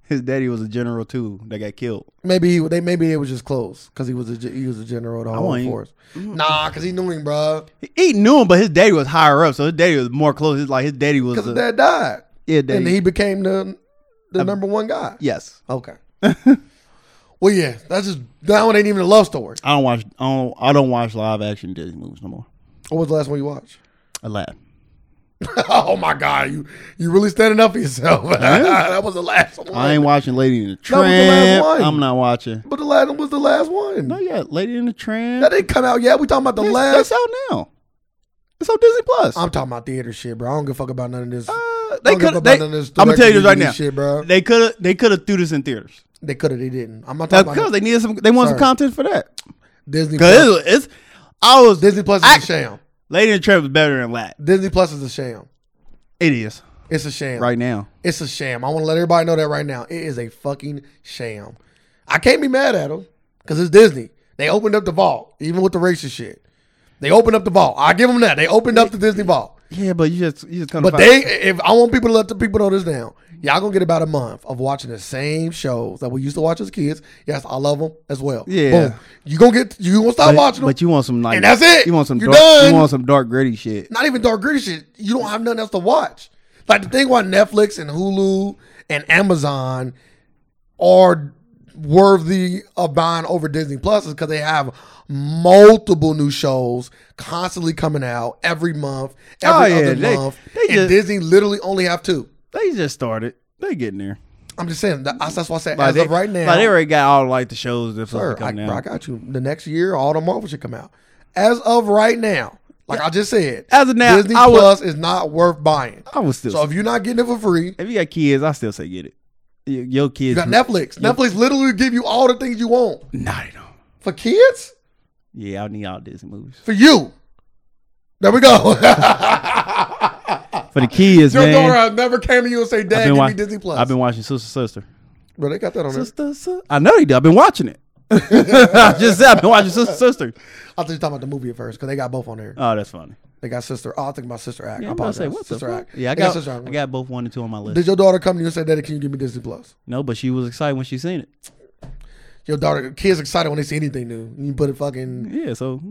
A: His daddy was a general too that got killed.
B: Maybe he, they maybe it was just close because he was a ge- he was a general of the whole
A: want you-
B: force.
A: mm-hmm.
B: Nah, because he knew him, bro.
A: He knew him, but his daddy was higher up, so his daddy was more close. It's like his daddy was
B: Because his
A: a-
B: dad died,
A: yeah,
B: and
A: daddy.
B: he became the the number one guy.
A: yes.
B: Okay. well, yeah, that's just that one ain't even a love story.
A: I don't watch. I don't. I don't watch live action Disney movies no more.
B: What was the last one you watched?
A: Aladdin.
B: oh my god, you you really standing up for yourself? that was the last one.
A: I ain't watching Lady in the
B: was the last
A: Tramp.
B: one.
A: I'm not watching.
B: but the last one was the last one.
A: No, yeah, Lady in the Tramp.
B: That didn't come out yet. We talking about the
A: It's-
B: last.
A: It's out now. It's on Disney Plus.
B: I'm talking about theater shit, bro. I don't give a fuck about none of this.
A: Uh,
B: I
A: they
B: don't give
A: could. have
B: a fuck
A: They,
B: about none of this
A: I'm gonna tell you this right
B: direct-to-DVD
A: now.
B: shit, bro.
A: They could. have They could have threw this in theaters.
B: They could have. They didn't. I'm not
A: Now,
B: talking
A: Cause
B: about
A: they needed some. They wanted some
B: Sorry.
A: content for that.
B: Disney. Plus.
A: Cause it's. it's I was
B: Disney Plus is
A: I-
B: a sham.
A: Lady and the Tramp is better than that.
B: Disney Plus is a sham.
A: It is
B: It's a sham.
A: right now.
B: It's a sham. I want to let everybody know that right now. It is a fucking sham. I can't be mad at them because it's Disney. They opened up the vault, even with the racist shit. They opened up the vault. I give them that. They opened up the Disney vault.
A: Yeah, but you just you just kind of.
B: But they, if I want people to let the people know this now, y'all gonna get about a month of watching the same shows that we used to watch as kids. Yes, I love them as well.
A: Yeah.
B: Boom. you gonna get you gonna stop
A: but,
B: watching them.
A: but you want some like
B: And that's it.
A: You want some
B: You're
A: dark,
B: done.
A: you want some dark gritty shit.
B: not even dark gritty shit. You don't have nothing else to watch. Like the thing why Netflix and Hulu and Amazon are worthy of buying over Disney Plus is because they have multiple new shows constantly coming out every month, every
A: Oh, yeah,
B: other
A: they-
B: month,
A: they
B: and
A: just-
B: Disney literally only have two.
A: They just started. They getting there.
B: I'm just saying that, that's why I said
A: Like
B: as
A: they,
B: of right now.
A: like they already got all like the shows that's
B: Sir,
A: supposed to
B: I,
A: come
B: bro, I
A: out.
B: got you. The next year, all the Marvel should come out. As of right now, like I just said,
A: As of now,
B: Disney
A: I would-
B: Plus is not worth buying.
A: I was still.
B: So if you're not getting it for free,
A: if you got kids, I still say get it. Your, your
B: you
A: kids.
B: got Netflix. Netflix literally give you all the things you want
A: Nah, they don't.
B: for kids,
A: Yeah, I need all Disney movies
B: for you. There we go.
A: for the kids,
B: Your
A: man.
B: daughter never came to you and say, "Dad,
A: been
B: give
A: wa-
B: me Disney Plus."
A: I've been watching Sister Sister.
B: bro, they got that on there.
A: Sister, sister. I know they do. I've been watching it. I just said I've been watching Sister Sister.
B: I thought you were talking about the movie at first because they got both on there.
A: Oh, that's funny.
B: They got sister. Oh, I think about Sister Act.
A: Yeah,
B: I
A: I'm about to
B: apologize.
A: say what the
B: sister
A: fuck?
B: Act.
A: Yeah, I
B: They
A: got,
B: Sister Act.
A: I got both one and two on my list.
B: Did your daughter come to you and say, "Daddy, can you give me Disney Plus?"
A: no, but she was excited when she seen it.
B: Your daughter, kids excited when they see anything new. You put it fucking
A: Yeah, so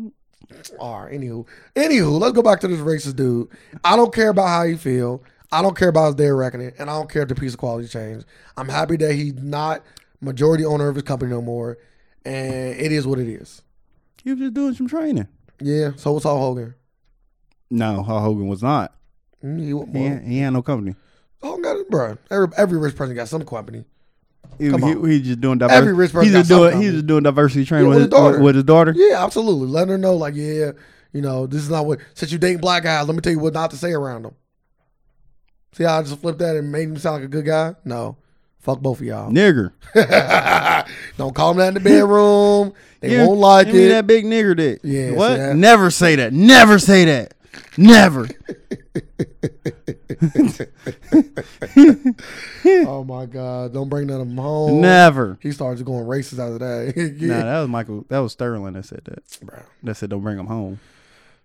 B: R. Anywho, anywho, let's go back to this racist dude. I don't care about how you feel. I don't care about his day of reckoning, and I don't care if the piece of quality changed. I'm happy that he's not majority owner of his company no more, and it is what it is.
A: he was just doing some training.
B: Yeah. So what's all Hogan?
A: No, Hulk Hogan was not.
B: Mm, He, well,
A: He, ain't- he had no company.
B: Hogan got it, bro. Every, every rich person got some company.
A: He,
B: Come
A: he,
B: on.
A: he just doing diversity.
B: Every rich person
A: he's just
B: got some
A: doing
B: company.
A: he's just doing diversity training
B: Yeah,
A: with, his, daughter. with his daughter.
B: Yeah, absolutely. Letting her know, like, yeah, you know, this is not what. Since you dating black guys, let me tell you what not to say around them. See how I just flipped that and made him sound like a good guy? No, fuck both of y'all.
A: Nigger.
B: Don't call them that in the bedroom. They
A: Yeah,
B: won't like
A: give me
B: it.
A: that big nigger dick.
B: Yeah, see
A: What?
B: that?
A: Never say that. Never say that. Never.
B: Oh my god! Don't bring none of them home.
A: Never.
B: He starts going racist after that.
A: No,
B: Oh. yeah.
A: that was Michael. That was Sterling that said that.
B: Bruh.
A: That said, don't bring him home.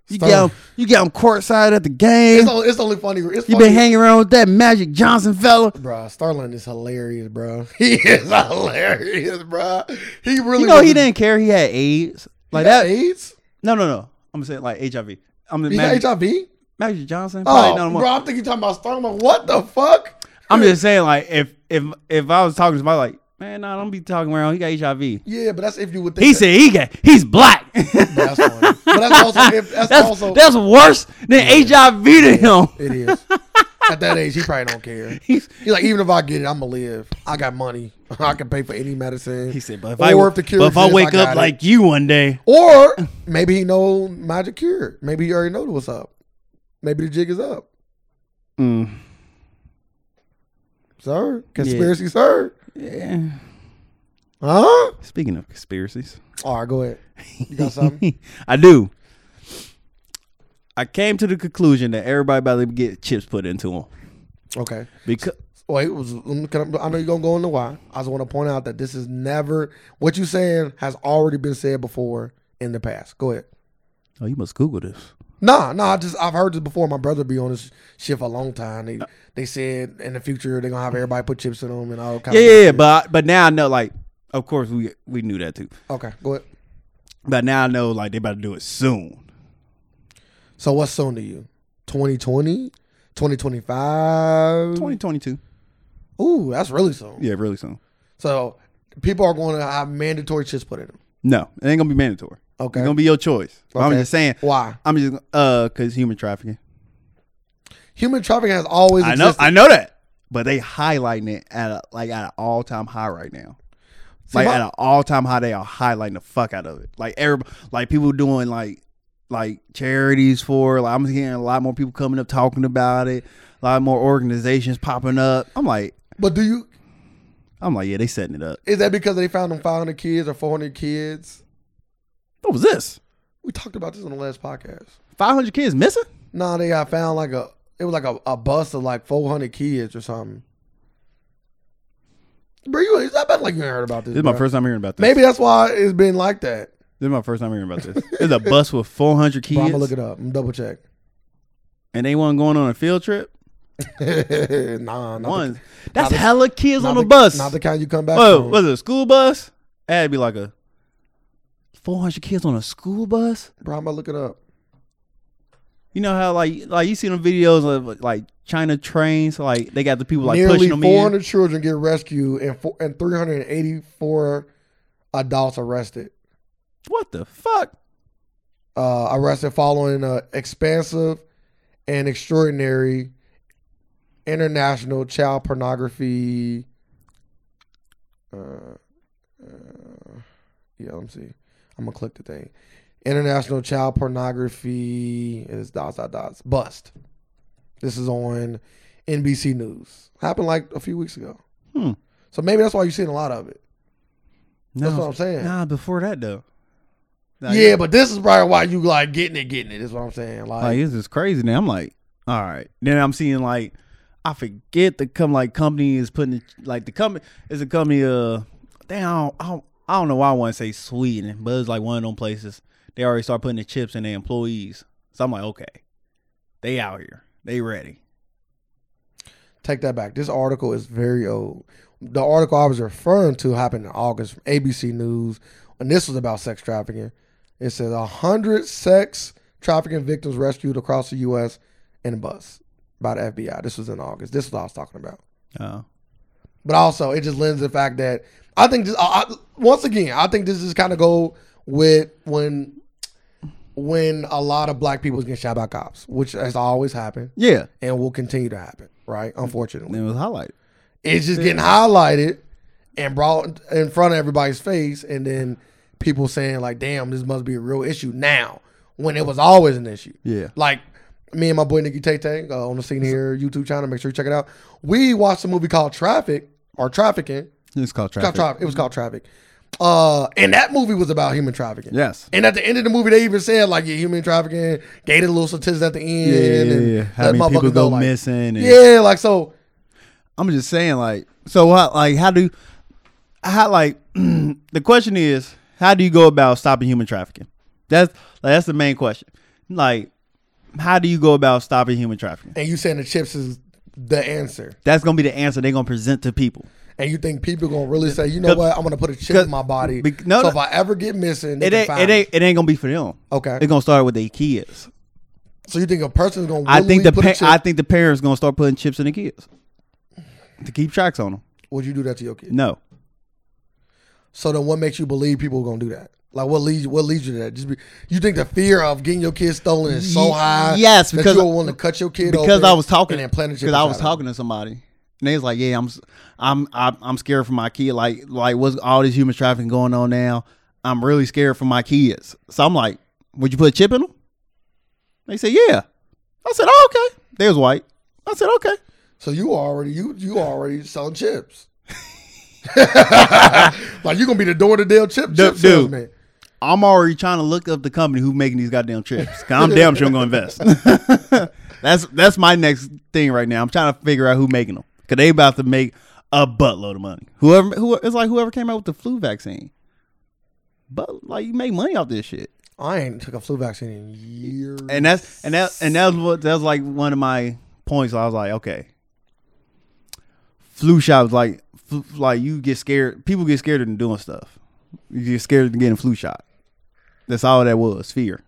A: You
B: Sterling.
A: got him. You got him courtside at the game.
B: It's, only, it's only funny. It's
A: You
B: funny.
A: been hanging around with that Magic Johnson fella.
B: Bruh, Starlin is hilarious, bro. He is hilarious, bro. He really
A: You know he
B: was-
A: didn't care. He had AIDS like
B: He got
A: that.
B: AIDS?
A: No, no, no. I'm saying like HIV. I'm
B: He
A: Magic,
B: got HIV?
A: Magic Johnson. Probably
B: Oh,
A: not a mo-
B: bro, I'm thinking you talking about Starlin. I'm like, What the fuck?
A: I'm just saying like if if if I was talking to somebody like man, nah, don't be talking around. He got HIV.
B: Yeah, but that's if you would think.
A: He
B: that-
A: said he got he's black.
B: But that's funny. But that's also if that's,
A: that's
B: also
A: that's worse than HIV to him.
B: it is. At that age, he probably don't care.
A: He's,
B: He's like, even if I get it, I'm gonna live. I got money. I can pay for any medicine.
A: he said, but if
B: Or
A: I
B: if the cure
A: but if I
B: exists,
A: wake
B: got
A: up
B: it."
A: like you one day,
B: or maybe he know magic cure. Maybe he already knows what's up. Maybe the jig is up,
A: mm,
B: sir. Conspiracy, sir.
A: yeah.
B: Huh?
A: Speaking of conspiracies,
B: All right, go ahead. You got something?
A: I do. I came to the conclusion that everybody about to get chips put into them
B: okay.
A: because
B: Wait, was, um, can I, I know you're gonna go into why. I just want to point out that this is never what you saying has already been said before in the past. Go ahead.
A: oh, you must Google this.
B: Nah, nah. I just I've heard this before. My brother be on this shit for a long time. They they said in the future they're gonna have everybody put chips in them and all kinds.
A: Yeah,
B: of
A: yeah, yeah,
B: shit.
A: but I- but now I know. Like, of course we we knew that too,
B: okay, go ahead.
A: but now I know like they about to do it soon.
B: So what's soon to you? 2020, 2025?
A: Twenty twenty two.
B: Ooh, that's really soon.
A: Yeah, really soon.
B: So people are going to have mandatory chips put in them.
A: No, it ain't gonna be mandatory.
B: Okay.
A: It's gonna be your choice. But I'm
B: Okay.
A: just saying.
B: Why?
A: I'm just uh, cause human trafficking.
B: Human trafficking has always
A: I know,
B: existed.
A: I know that, but they highlighting it at a, like at an all time high right now. like
B: my-
A: at an all time high, they are highlighting the fuck out of it. Like everybody, like people doing like like charities for. Like I'm hearing a lot more people coming up talking about it. A lot more organizations popping up. I'm like,
B: But do you
A: I'm like, yeah, they setting it up.
B: is that because they found them 500 kids or 400 kids?
A: What was this?
B: We talked about this on the last podcast.
A: 500 kids missing?
B: Nah, they got found like a it was like a, a bus of like 400 kids or something. Bro, you I bet like you ain't heard about this.
A: This is my
B: bruh.
A: first time hearing about this.
B: Maybe that's why it's been like that.
A: This is my first time hearing about this. There's a bus with 400
B: Bro, I'm gonna
A: kids,
B: look it up. I'm double check.
A: and they weren't going on a field trip.
B: nah, not
A: One,
B: not
A: that's
B: the-
A: hella kids
B: not
A: on the, bus.
B: Not the kind you come back
A: Whoa,
B: from.
A: Oh, was it a school bus? That'd be like a 400 kids on a school bus.
B: Bro, I'm gonna look it up.
A: You know how like like you see them videos of like China trains, like they got the people like
B: Nearly
A: pushing them in.
B: 400 children get rescued and four, and 384 adults arrested.
A: What the fuck?
B: Uh, arrested following an expansive and extraordinary international child pornography. Uh, uh, yeah, let me see. I'm gonna click the thing. International child pornography is dots dot dots bust. This is on NBC News. Happened like a few weeks ago.
A: Hmm.
B: So maybe that's why you're seeing a lot of it. That's what I'm saying.
A: Nah, before that though. Nah,
B: yeah, but this is probably why you like getting it, getting it. Is what I'm saying. Like,
A: Like this is crazy now. I'm like, all right. Then I'm seeing like I forget the come like company is putting like the company is a company uh damn I don't, I don't, I don't know why I want to say Sweden, but it's like one of them places they already start putting the chips in their employees. So I'm like, okay. They out here. They ready.
B: take that back. This article is very old. The article I was referring to happened in August from ABC News, and this was about sex trafficking. It says a hundred sex trafficking victims rescued across the U.S. in a bus by the FBI. This was in August. This is what I was talking about.
A: Uh,
B: But also, it just lends the fact that I think this. I, I, once again, I think this is kind of go with when when a lot of black people get shot by cops, which has always happened
A: yeah.
B: and will continue to happen. Right? Unfortunately,
A: It was highlighted.
B: it's just getting highlighted and brought in front of everybody's face, and then people saying like, "Damn, this must be a real issue now," when it was always an issue.
A: Yeah.
B: Like me and my boy Nikki Tay Tay uh, on the scene here YouTube channel. Make sure you check it out. We watched a movie called Traffic or Trafficking.
A: It's called
B: Called
A: traffic.
B: Tra- it was called Traffic. Uh, and that movie was about human trafficking.
A: Yes.
B: And at the end of the movie, they even said like, "Yeah, human trafficking." Gave it a little statistics at the end.
A: Yeah, yeah,
B: and
A: yeah. How
B: let
A: many people
B: motherfuckers know,
A: go
B: like-
A: missing? And
B: Yeah, like so.
A: I'm just saying, like, so what? Like, how do, how like, the question is, how do you go about stopping human trafficking? That's like, that's the main question. Like, how do you go about stopping human trafficking?
B: And you saying the chips is the answer.
A: That's gonna be the answer they're gonna present to people.
B: and you think people gonna really say, you know what, I'm gonna put a chip in my body.
A: bec- no,
B: so
A: no.
B: if I ever get missing, they
A: It
B: can
A: ain't,
B: find
A: it
B: me.
A: ain't, it ain't gonna be for them.
B: Okay.
A: It's gonna start with their kids.
B: So you think a person's gonna?
A: I think the
B: willingly put a
A: pa-
B: chip,
A: I think the parents gonna start putting chips in the kids to keep tracks on them.
B: would you do that to your kid?
A: No,
B: So then, what makes you believe people are gonna do that? Like what leads what leads you to that? Just be, you think the fear of getting your kid stolen is so
A: Ye-
B: high?
A: yes, because-
B: that you want to cut your kid
A: because
B: open
A: I was talking
B: and implant a chip
A: because I
B: inside
A: was
B: of 'em.
A: talking to somebody and they was like, yeah, I'm s- I'm I'm I'm scared for my kid. Like like what's all this human trafficking going on now? I'm really scared for my kids. So I'm like, would you put a chip in them? They said, yeah. I said, oh okay. They was white. I said, okay.
B: So you already you you already selling chips. like you gonna be the door to deal chip chip
A: Dude,
B: salesman.
A: I'm already trying to look up the company who's making these goddamn chips. Cause I'm damn sure I'm gonna invest. that's that's my next thing right now. I'm trying to figure out who making them. Cause they about to make a buttload of money. Whoever who it's like whoever came out with the flu vaccine. But like you make money off this shit.
B: I ain't took a flu vaccine in years.
A: And that's and that and that was what that was like one of my points. I was like, okay. Flu shot was like flu, like you get scared people get scared of doing stuff. You get scared of getting flu shot. That's all that was, fear.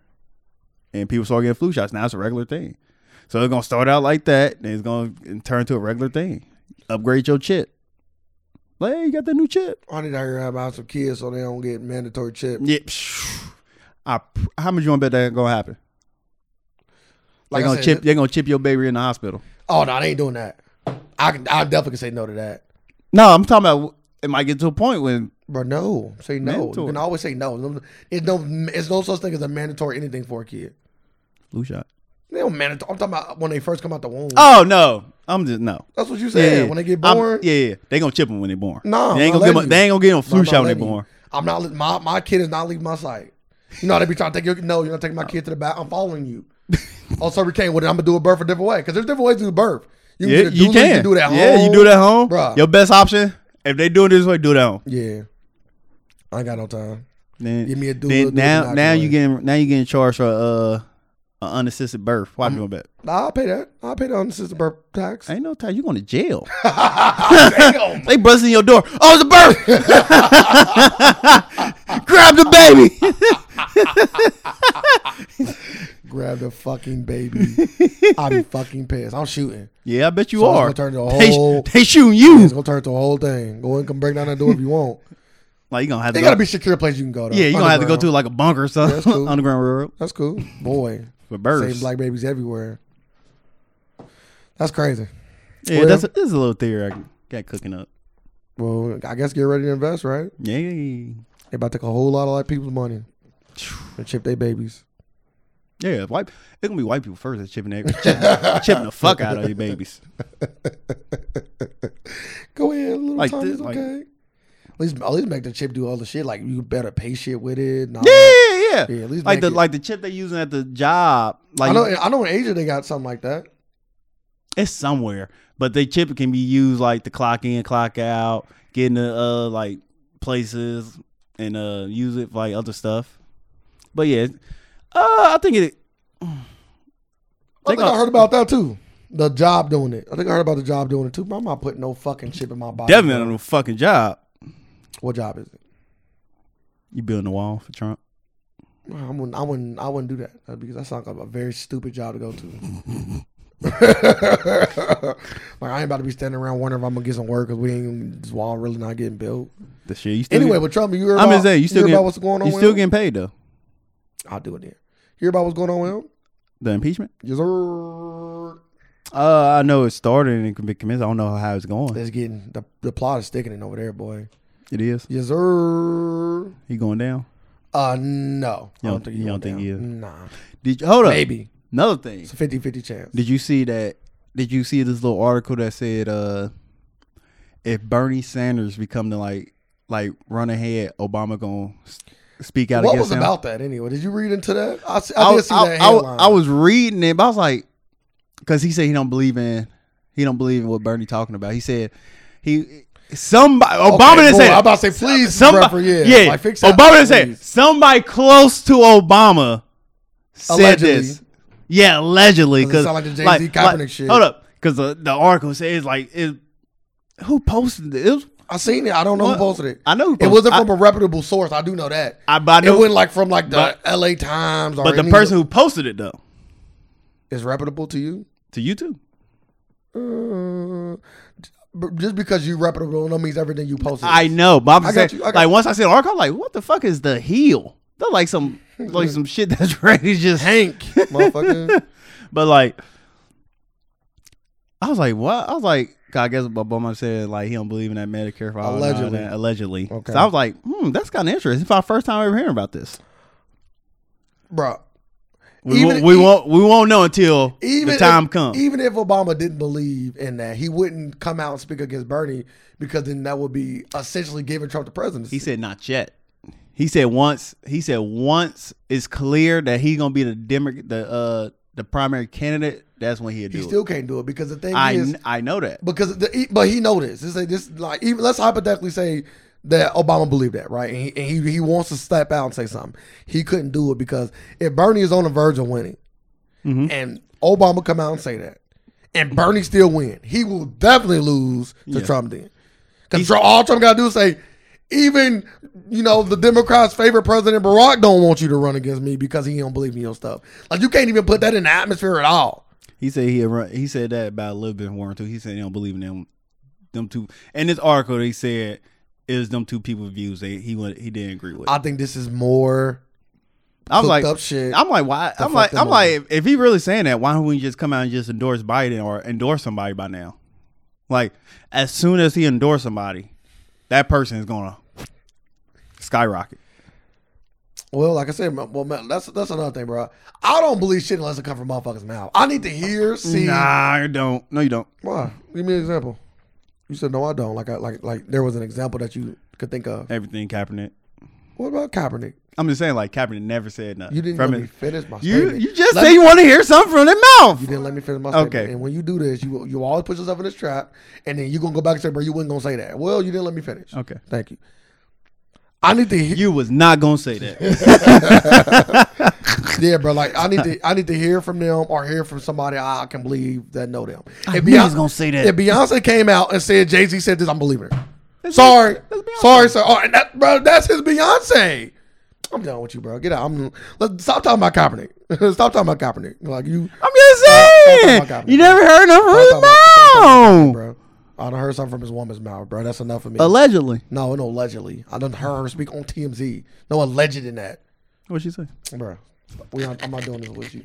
A: And people start getting flu shots. Now it's a regular thing. So it's gonna start out like that, and it's gonna turn to a regular thing. Upgrade your chip. Like, hey, you got that new chip.
B: I need to hear about some kids so they don't get mandatory chip.
A: Yeah. I, pr- how much you want to bet that gonna happen?
B: Like
A: they
B: I
A: gonna
B: said,
A: chip. They gonna chip your baby in the hospital.
B: Oh no, they ain't doing that. I can, I definitely can say no to that.
A: No, I'm talking about it might get to a point when
B: But no, say no. You
A: Mandatory.
B: can always say no. It's no, it's no such thing as a mandatory anything for a kid.
A: flu shot.
B: They don't mandatory. I'm talking about when they first come out the womb.
A: Oh no, I'm just no.
B: That's what you said. When they get
A: I'm-
B: born,
A: yeah, yeah, they gonna chip them when they born.
B: No,
A: they ain't gonna
B: I'm not
A: give them.
B: letting
A: They ain't gonna give them
B: I'm
A: flu
B: not
A: shot when they
B: letting you.
A: born.
B: I'm not. let- My my kid is not leaving my sight. You know they be trying to take your no. You're not taking my kid to the back. I'm following you. Also, we can't. Well, then I'm gonna do a birth a different way because there's different ways to do birth. You
A: Yeah,
B: get a
A: you
B: doula,
A: can.
B: You do that.
A: yeah, you do that home.
B: Bruh.
A: Your best option if they do it this way, do that home.
B: Yeah, I ain't got no time.
A: Then,
B: Give me a
A: then
B: doula, do it the
A: now,
B: natural
A: now you
B: way.
A: getting now you getting charged for uh an unassisted birth. Why you gonna bet?
B: I'll pay that. I'll pay the unassisted birth tax.
A: Ain't no time. You going to jail?
B: Damn.
A: they busting your door. Oh, it's a birth. Grab the baby.
B: grab the fucking baby, I'll be fucking pissed. I'm shooting.
A: Yeah, I bet you
B: So it's
A: are.
B: gonna turn to a
A: They-
B: whole-
A: they, shooting
B: It's
A: you.
B: gonna turn to a whole thing. Go and come break down that door if you want.
A: Like you gonna have to.
B: They
A: Go,
B: gotta be secure place you can go to.
A: yeah, you gonna have to go to
B: Underground.
A: like a bunker or something.
B: That's cool.
A: Underground railroad
B: That's cool, boy.
A: for
B: Same
A: birds.
B: black babies everywhere. That's crazy.
A: yeah,
B: well-
A: that's a, this is a little theory I got cooking up.
B: Well, I guess get ready to invest, right?
A: Yeah, yeah, yeah.
B: They about to take a whole lot of like people's money and chip their babies.
A: Yeah, white. It's gonna be white people first that's chipping that, chipping the fuck out of your babies.
B: Go ahead, little
A: Like
B: Tommy's
A: this, like-
B: okay. At least, at least make the chip do all the shit. Like you better pay shit with it. and all
A: Yeah,
B: that.
A: yeah, yeah.
B: Yeah, at least
A: like
B: make
A: the
B: it-
A: like the chip they using at the job. Like
B: I know. I know in Asia they got something like that.
A: it's somewhere, but they chip can be used like the clock in, clock out, getting to uh like places and uh use it for like other stuff. But yeah, uh, I think it.
B: I
A: They
B: think I
A: got-
B: heard about that too. The job doing it. I think I heard about the job doing it too. But I'm not putting no fucking chip in my body.
A: Definitely
B: bro.
A: on a fucking job.
B: What job is it?
A: You building a wall for Trump?
B: I wouldn't. I wouldn't. I wouldn't do that uh, because that sounds like a very stupid job to go to. like I ain't about to be standing around wondering if I'm gonna get some work because we ain't this wall really not getting built.
A: The shit you still
B: Anyway,
A: Get,
B: but Trump, you heard about,
A: I'm just saying you still
B: heard
A: getting
B: about what's going on.
A: you
B: with
A: still
B: him?
A: getting paid though.
B: I'll do it there. Hear about what's going on with him?
A: The impeachment.
B: Yes, sir.
A: Uh, I know it started and it can be commenced. I don't know how it's going.
B: It's getting the the plot is thickening over there, boy.
A: It is.
B: Yes, sir.
A: He going down.
B: Uh, no,
A: You
B: I
A: don't-
B: don't think
A: you don't
B: went
A: think
B: down.
A: he is?
B: Nah,
A: Did you, hold up?
B: maybe
A: Another thing.
B: it's a 50-50 chance.
A: Did you see that? Did you see this little article that said uh, if Bernie Sanders become the like like run ahead, Obama gonna s- speak out
B: What
A: against
B: was
A: him?
B: about that anyway? Did you read into that? I, s- I
A: I,
B: did
A: was-
B: see
A: I,
B: that
A: I-
B: headline.
A: I was reading it, but I was like, because he said he don't believe in he don't believe in what Bernie talking about. He said he somebody Obama
B: Okay,
A: didn't
B: boy,
A: say
B: I'm
A: that.
B: about to say please,
A: Somebody,
B: referee, yeah,
A: yeah,
B: like, fix that,
A: Obama didn't say it.
B: please.
A: somebody close to Obama said
B: Allegedly.
A: this. Yeah, allegedly.
B: Does it
A: Because
B: sound like the Jay-Z Kaepernick shit?
A: Hold up, because the, the article says like it, who posted it? it was,
B: I seen it. I don't know
A: What?
B: who posted it.
A: I know who
B: it
A: posted-
B: wasn't
A: I-
B: from a reputable source. I do know that.
A: I, but I
B: it
A: know,
B: wasn't like from like the L.A. Times or
A: but the
B: any-
A: person who posted it though
B: is reputable to you.
A: to you too.
B: Uh, but just because you reputable, no means everything you posted.
A: I know, but I'm
B: I
A: just
B: got
A: saying,
B: you, I got
A: like
B: you.
A: once I said article, I'm like, what the fuck is the heel? That's like some like some shit that's ready to just
B: Hank, motherfucker.
A: But like, I was like, what? I was like, 'cause I guess Obama said like he don't believe in that Medicare for all and all
B: Allegedly.
A: that, allegedly.
B: Okay.
A: So I was like, hmm, that's kind of interesting. It's my first time ever hearing about this.
B: bro.
A: We,
B: Even- e-
A: won't, we won't we won't know until
B: Even
A: the time
B: if, e-
A: comes.
B: Even if Obama didn't believe in that, he wouldn't come out and speak against Bernie because then that would be essentially giving Trump the presidency.
A: He said not yet. He said once. He said once it's clear that he gonna be the Demo- the uh the primary candidate. That's when he'll do
B: he
A: it.
B: still can't do it because the thing
A: I
B: is,
A: kn- I know that.
B: because the, he- but he noticed this like this like even let's hypothetically say that Obama believed that right and he, and he he wants to step out and say something he couldn't do it because if Bernie is on the verge of winning and Obama come out and say that and Bernie still win he will definitely lose to Trump then because all Trump got to do is say even you know the Democrats' favorite president Barack don't want you to run against me because he don't believe in your stuff like you can't even put that in the atmosphere at all
A: He said he had run, he said that about a little bit Warren too. He said he don't believe in them them two. And this article they said is them two people views they he went he didn't agree with. I,
B: I think this is more
A: was
B: cooked
A: like
B: up shit.
A: I'm like why I'm
B: fuck
A: like
B: them
A: I'm like if he really saying that why wouldn't he just come out and just endorse Biden or endorse somebody by now? Like as soon as he endorses somebody, that person is gonna skyrocket.
B: Well, like I said, man, well, man, that's that's another thing, bro. I don't believe shit unless it come from motherfuckers' mouth. I need to hear, see.
A: Nah, you don't. No, you don't.
B: Why? Give me an example. You said no, I don't. Like, I like, like there was an example that you could think of.
A: Everything Kaepernick.
B: What about Kaepernick?
A: I'm just saying, like Kaepernick never said nothing.
B: You didn't
A: from
B: let me
A: his-
B: finish my
A: you
B: statement. You,
A: you just
B: Let
A: say
B: me-
A: you want to hear something from their mouth.
B: didn't let me finish my
A: Okay.
B: statement. And when you do this, you you always put yourself in this trap, and then you gonna go back and say, bro, you wasn't gonna say that. Well, you didn't let me finish.
A: Okay.
B: Thank you. I need to hear.
A: You was not gonna say that.
B: Yeah, bro. Like I need to, I need to hear from them or hear from somebody I can believe that know them.
A: I knew he was gonna say that.
B: If Beyonce came out and said Jay Z said this, I'm believing her. sorry, sorry, sir. Oh, and that, bro, that's his Beyonce. I'm done with you, bro. Get out. I'm. Let's stop talking about Kaepernick. Stop talking about Kaepernick. Like you,
A: I'm just
B: Stop talking
A: saying.
B: about Kaepernick,
A: you never heard enough from
B: Stop
A: his
B: talking about- stop talking
A: mouth.
B: bro. I done heard something from his woman's mouth, bro. That's enough for me.
A: Allegedly.
B: no, no, allegedly. I done heard her speak on TMZ. No alleged in that,
A: What'd she say?
B: bro. We not, I'm not doing this with you.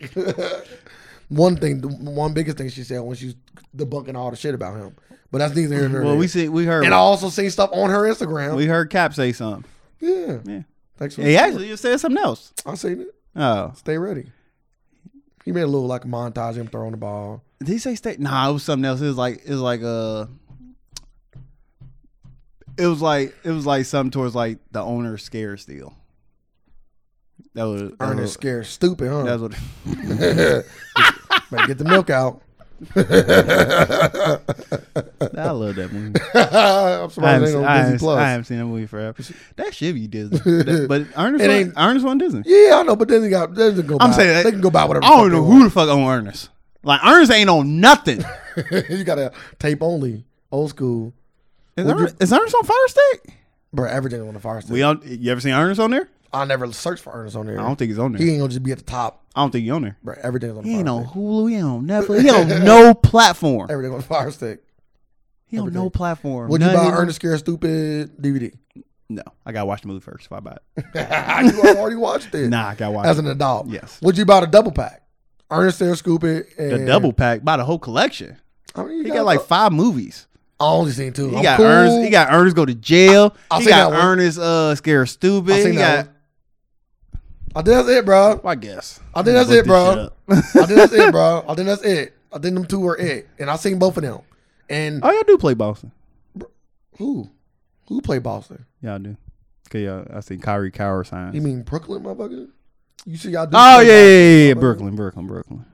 B: one thing, the one biggest thing she said when she's debunking all the shit about him, but that's neither here nor
A: Well,
B: there.
A: we see, we heard,
B: and I also seen stuff on her Instagram.
A: we heard Cap say something.
B: yeah,
A: Yeah,
B: thanks for
A: he actually just said something else.
B: I seen it.
A: Oh,
B: Stay ready. He made a little like a montage him throwing the ball.
A: did he say state? Nah, it was something else. It was like, it was like uh It was like it was like something towards like the owner scares deal. That was that
B: Ernest
A: was,
B: scared stupid, huh?
A: that's what.
B: Better get the milk out.
A: I love that movie.
B: I'm
A: I
B: surprised
A: haven't,
B: it ain't
A: seen,
B: on
A: I,
B: Disney
A: haven't,
B: Plus.
A: I haven't seen that movie forever. That should be Disney, That- but Ernest,
B: It
A: won,
B: ain't-
A: Ernest won Disney.
B: Yeah, I know, but then they got they can go.
A: I'm
B: buy-
A: saying that-
B: they can go buy whatever.
A: I don't know who the fuck on Ernest. Like Ernest ain't on nothing.
B: who. you got to tape only, old school,
A: Is,
B: Well,
A: Ernest, is Ernest on Fire Stick?
B: bro. Everything on the fire stick.
A: We on, you ever seen Ernest on there?
B: I never search for Ernest on there.
A: I don't think he's on there.
B: he ain't gonna just be at the top,
A: I don't think he's on there.
B: bro. Everything's on the
A: He
B: fire
A: ain't on
B: stick.
A: Hulu. He ain't on Netflix. He on no platform.
B: Everything on the fire stick.
A: He on no
B: everything.
A: platform.
B: Would you
A: None
B: buy
A: of them-
B: Ernest Scared Stupid DVD?
A: No, I gotta watch the movie first if I buy it.
B: you already watched it.
A: Nah, I gotta watch
B: as
A: it.
B: an adult.
A: Yes.
B: Would you buy the double pack? Ernest Scared Stupid. And,
A: the double pack. Buy the whole collection.
B: I mean, you
A: He got like five movies.
B: I only seen two.
A: He
B: I'm
A: got
B: cool.
A: Ernest. He got Ernest go to jail.
B: I- I've
A: he
B: seen
A: got
B: that one.
A: Ernest uh scared stupid.
B: I
A: He
B: seen that.
A: got.
B: one. I think that's it, bro.
A: I guess.
B: I think that's
A: Look
B: it, bro.
A: this shit
B: I
A: up.
B: think that's it, bro. I think that's it. I think them two were it, and I seen both of them. And
A: oh, y'all do play Boston.
B: who, who played Boston?
A: Y'all do. Okay, y'all. I seen Kyrie Cower signs.
B: You mean Brooklyn, motherfucker? You see y'all? Do
A: Oh
B: play
A: yeah, yeah,
B: Boston,
A: yeah, yeah.
B: motherfucker?
A: Brooklyn, Brooklyn, Brooklyn.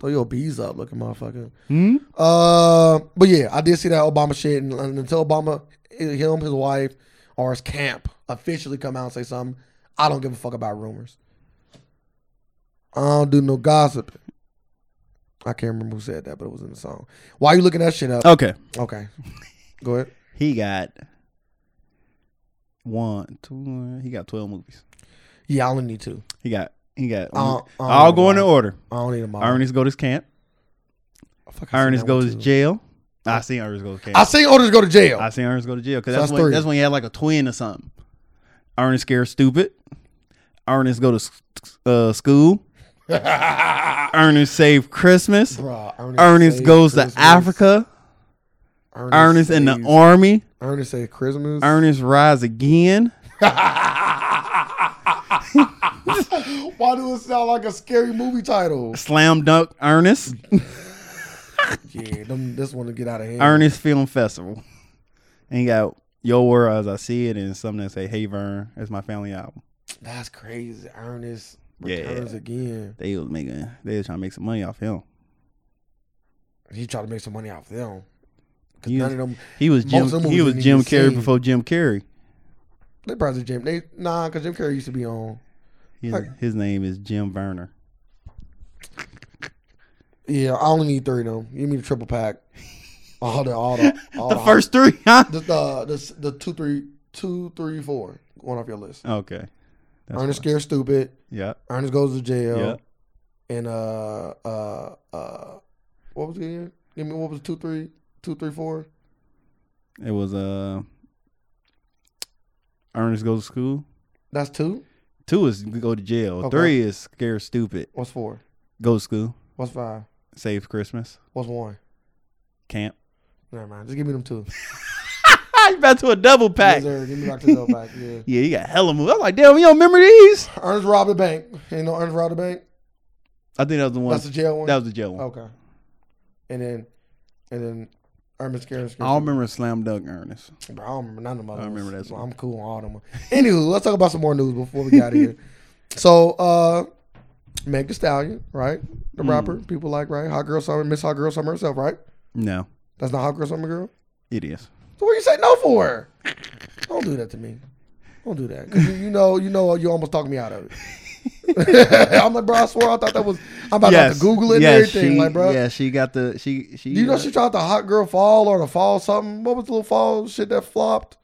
B: Throw your bees up, looking motherfucker.
A: Hmm.
B: Uh, but yeah, I did see that Obama shit, and, and until Obama, him, his wife, or his camp officially come out and say something, I don't give a fuck about rumors. I don't do no gossip. I can't remember who said that, but it was in the song. Why you looking that shit up?
A: Okay.
B: Okay, go ahead.
A: He got one, two. He got twelve movies.
B: Yeah, I only need two.
A: He got. He got.
B: I don't- I don't
A: all
B: need
A: going in
B: them all.
A: order.
B: I don't need them all.
A: Ernest go to his camp.
B: Fuck, uh, I seen
A: Ernest
B: that one
A: goes to
B: too.
A: jail. I seen Ernest go to camp.
B: I seen orders go to jail.
A: I seen Ernest go to jail because
B: So
A: that's,
B: that's
A: when
B: three.
A: that's when he had like a twin or something. Ernest scared stupid. Ernest go to s- uh, school. Ernest saved Christmas.
B: Bruh, Ernest,
A: Ernest
B: saved
A: goes
B: Christmas.
A: to Africa. Ernest in the
B: saved-
A: army.
B: Ernest said Christmas.
A: Ernest rise again.
B: Why do it sound like a scary movie title?
A: Slam dunk Ernest.
B: Yeah, them, this one to get out of hand.
A: Ernest Film Festival. And he got Yo World as I See It and something that say Hey Vern. That's my family album.
B: That's crazy. Ernest
A: Yeah.
B: returns again.
A: They was making they was trying to make some money off him.
B: He tried to make some money off them. Cause
A: He
B: none
A: was,
B: of them,
A: he was
B: most
A: Jim
B: of them
A: he
B: movies
A: was
B: didn't
A: Jim
B: even
A: Carrey
B: sing.
A: before Jim Carrey.
B: they probably Jim. They nah, cause Jim Carrey used to be on.
A: His,
B: Okay.
A: his name is Jim Verner.
B: Yeah, I only need three of them. You need a triple pack. All the, all the, all
A: The first three, huh?
B: the, the, the, the two, three, two, three, four. One off your list.
A: Okay. That's
B: Ernest
A: fine.
B: scared stupid.
A: Yeah.
B: Ernest goes to jail.
A: Yeah.
B: and uh uh uh what was it again? Give me what was it, two three two three four?
A: It was uh Ernest goes to school.
B: That's two?
A: Two is go to jail.
B: Okay.
A: Three is scared stupid.
B: What's four?
A: Go to school.
B: What's five?
A: Save Christmas.
B: What's one?
A: Camp.
B: Never mind. Just give me them two. Ah,
A: you back to a double pack.
B: Yes, sir. Give me back to the back. Yeah.
A: Yeah, you got hella moves. I was like, damn, you don't remember these?
B: Ernest robbed the bank. You know Ernest robbed the bank?
A: I think that was the one.
B: That's the jail one?
A: that was the jail one.
B: okay. And then and then Ernest Karen
A: I don't remember Slam Dunk Ernest.
B: Bro, I don't remember none of them.
A: I remember
B: others.
A: that one.
B: I'm cool on all them. Anywho, let's talk about some more news before we get out of here. So, uh, Meg Thee Stallion, right?
A: Mm.
B: The rapper people like, right? Hot Girl Summer, Miss Hot Girl Summer herself, right?
A: No,
B: That's not Hot Girl Summer Girl.
A: it is.
B: So what you say no for? Don't do that to me. Don't do that. 'Cause you, you know, you know, you almost talked me out of it. I'm like, bro, I swear I thought that was. I'm about to have to Google it
A: Yeah,
B: and everything,
A: she-
B: like, bro.
A: Yeah, she got the she she.
B: Do you know
A: uh,
B: she tried the Hot Girl Fall or the Fall something? What was the little Fall shit that flopped?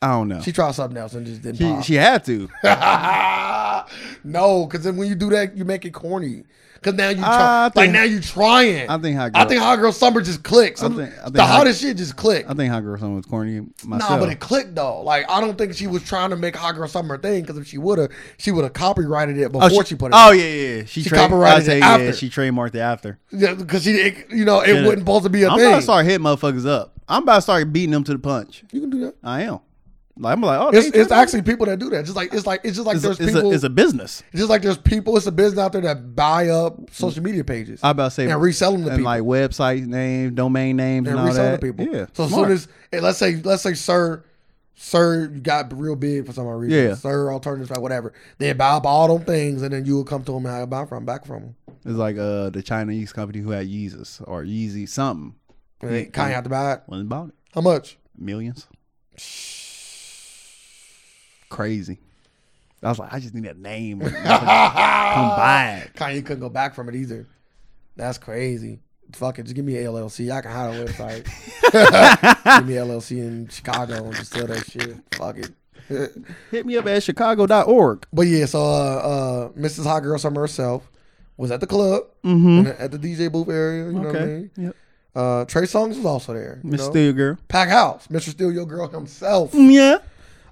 A: I don't know.
B: She tried something else and just didn't
A: She
B: pop.
A: she had to.
B: no, because then when you do that, you make it corny. Because now you
A: I
B: try, like
A: think-
B: now you trying.
A: I think hot
B: I
A: girl-
B: think hot girl summer just clicks.
A: I think- I think
B: the
A: hot-
B: hottest shit just clicked.
A: I think Hot Girl Summer was corny myself.
B: Nah, but it clicked though. Like I don't think she was trying to make Hot Girl Summer a thing because if she would have, she would have copyrighted it before
A: oh,
B: she, put it.
A: Oh yeah, yeah. yeah. She,
B: copyrighted
A: I say,
B: it
A: yeah,
B: after.
A: she trademarked it after.
B: because she, it, you know, it
A: Should've.
B: wasn't supposed to be a
A: I'm
B: thing.
A: about to start hitting motherfuckers up. I'm about to start beating them to the punch.
B: You can do that.
A: I am. Like I'm like, oh,
B: It's,
A: they-
B: it's actually people that do that. Just like it's like it's just like
A: it's,
B: there's
A: it's
B: people.
A: a, it's a business.
B: just like there's people. It's a business out there that buy up social media pages
A: I about to say
B: and resell them to
A: and
B: people.
A: like website names, domain names, and,
B: and
A: all
B: resell
A: that.
B: to people.
A: Yeah.
B: So as
A: smart.
B: soon as hey, let's say let's say sir, sir, you got real big for some odd reason.
A: Yeah.
B: Sir, alternatives, like whatever. They buy up all them things, and then you will come to them and I buy from back from them.
A: it's like uh the Chinese company who had Yeezus or Yeezy something
B: And they kind of have to buy it.
A: wasn't about it.
B: How much?
A: Millions. Crazy. I was like, I just need a name. Come buy it.
B: Kanye couldn't go back from it either. That's crazy. Fuck it, just give me an LLC. I can hide a website. give me LLC in Chicago and just sell that shit. Fuck it.
A: Hit me up at chicago.org.
B: But yeah, so uh, uh, Mrs. Hot Girl Summer herself was at the club
A: Mm-hmm.
B: and at the DJ booth area. You know what I
A: Okay.
B: mean?
A: Yep.
B: Uh, Trey Songz was also there. You
A: Miss
B: know?
A: Steel Girl.
B: Pack House, Mr. Steal Your Girl himself.
A: Yeah.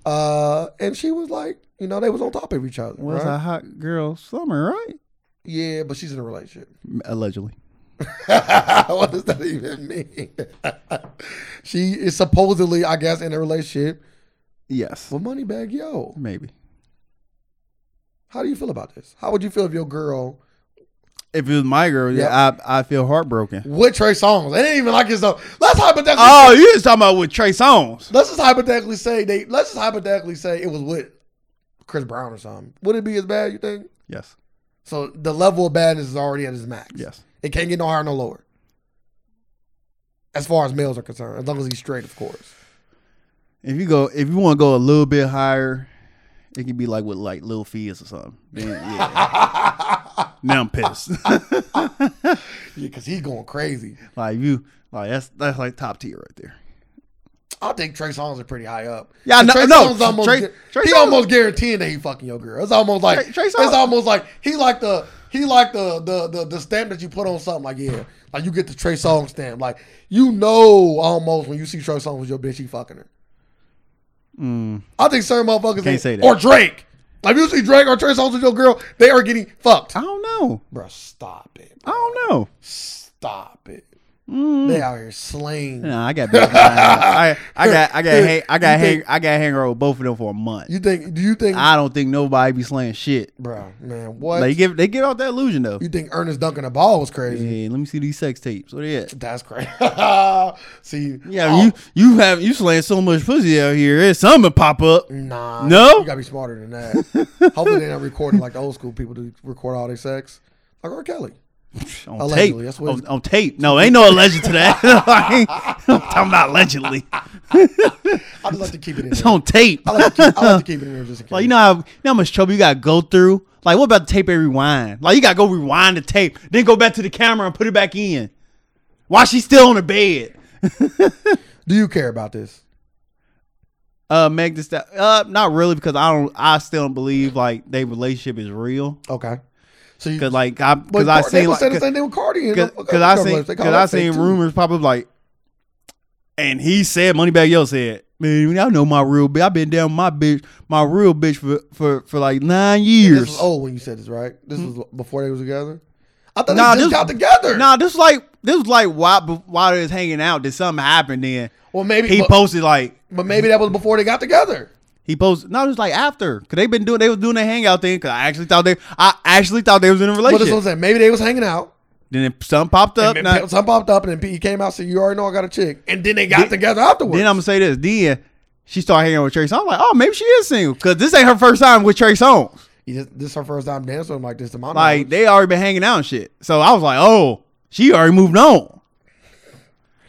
B: Uh, and she was like, you know, they was on top of each other.
A: Was
B: right?
A: a hot girl summer, right?
B: Yeah, but she's in a relationship.
A: Allegedly.
B: what does that even mean? she is supposedly, I guess, in a relationship
A: Yes.
B: with Moneybag Yo.
A: Maybe.
B: How do you feel about this? How would you feel if your girl
A: If it was my girl, yeah, I I feel heartbroken.
B: with Trey Songz? It ain't even like his own. Let's hypothetically.
A: Oh, you just talking about with Trey Songz.
B: Let's just hypothetically say they. Let's just hypothetically say it was with Chris Brown or something. Would it be as bad? You think?
A: Yes.
B: So the level of badness is already at its max.
A: Yes.
B: It can't get no higher, no lower. As far as males are concerned, as long as he's straight, of course.
A: If you go if you want to go a little bit higher, it could be like with like Lil Fizz or something. Then yeah. now I'm pissed.
B: Because he's going crazy.
A: like you like that's that's like top tier right there.
B: I think Trey Songz is pretty high up.
A: Yeah,
B: And
A: no-
B: Trey
A: no,
B: Songz almost,
A: Trey-
B: gu-
A: Trey
B: he
A: Songz-
B: almost guaranteeing that he fucking your girl. It's almost like
A: Trey- Trey
B: it's
A: Songz-
B: almost like he like the he like the, the the the stamp that you put on something. Like yeah, like you get the Trey Songz stamp. Like you know almost when you see Trey Songz with your bitch, he fucking her.
A: Mm.
B: I think certain motherfuckers ain't-
A: say that.
B: or Drake. Like if you see Drake or Trey Songz with your girl, they are getting fucked.
A: I don't know.
B: Bro, stop it.
A: I don't know.
B: Stop it.
A: Mm.
B: They out here slaying.
A: Nah, I got big I, I got I got hang, I got
B: You
A: hang,
B: think-
A: I got hanger with both of them for a month.
B: You think? Do you think,
A: I don't think nobody be slaying shit.
B: bro? Man, what?
A: They give they get off that illusion though.
B: you think Ernest dunking a ball was crazy?
A: Yeah, let me see these sex tapes. What they at?
B: That's crazy. See,
A: Yeah,
B: oh,
A: you you have you slaying so much pussy out here. There's something pop up.
B: nah,
A: No?
B: you gotta be smarter than that. Hopefully, they don't record it like the old school people do. Record all their sex, like R. Kelly.
A: On
B: Allegedly,
A: tape.
B: that's what
A: on,
B: it's-
A: on tape. No, ain't no alleged to that. I ain't- I'm talking about allegedly.
B: I just like to keep it in.
A: It's
B: There.
A: on tape.
B: I like, to keep, I like to keep it in there just in case.
A: Like you know how you know how much trouble you gotta go through? Like what about the tape they rewind? Like you gotta go rewind the tape, then go back to the camera and put it back in. Why she still on the bed?
B: do you care about this?
A: Uh Meg this that uh not really because I don't I still don't believe like their relationship is real.
B: Okay, so you
A: Cause like I
B: but
A: because I
B: Cardi- they
A: seen like
B: was saying the
A: cause,
B: same thing with Cardi. and
A: cause,
B: them-
A: cause I
B: them
A: seen
B: girls. They call
A: cause
B: that
A: I seen
B: fake too.
A: rumors probably like and he said Moneybag Yo said, Man, I know my real bitch. I've been down with my bitch my real bitch for for, for like nine
B: This
A: years.
B: was old when you said this, right? This was before they was together. I thought
A: Hmm. Nah,
B: they just
A: this-
B: got together.
A: Nah, this like this was like while while they was hanging out, did something happen? Then
B: well, maybe,
A: he
B: but,
A: posted like
B: but maybe that was before they got together.
A: he posted. No, it was like after because they been doing they was doing a hangout thing. Because I actually thought they I actually thought they was in a
B: But that's what I'm
A: relationship.
B: saying. Maybe they was hanging out.
A: Then it, something popped up.
B: And
A: now-
B: then something popped up, and then he came out. Said, "You already know I got a chick." And then they got together afterwards.
A: then I'm gonna say this. Then she started hanging out with Trey Songz. I'm like, oh, maybe she is single because this ain't her first time with Trey Songz.
B: He just- this is her first time dancing with him like this. To my
A: Like
B: knowledge.
A: they already been hanging out and shit. So I was like, oh, she already moved on.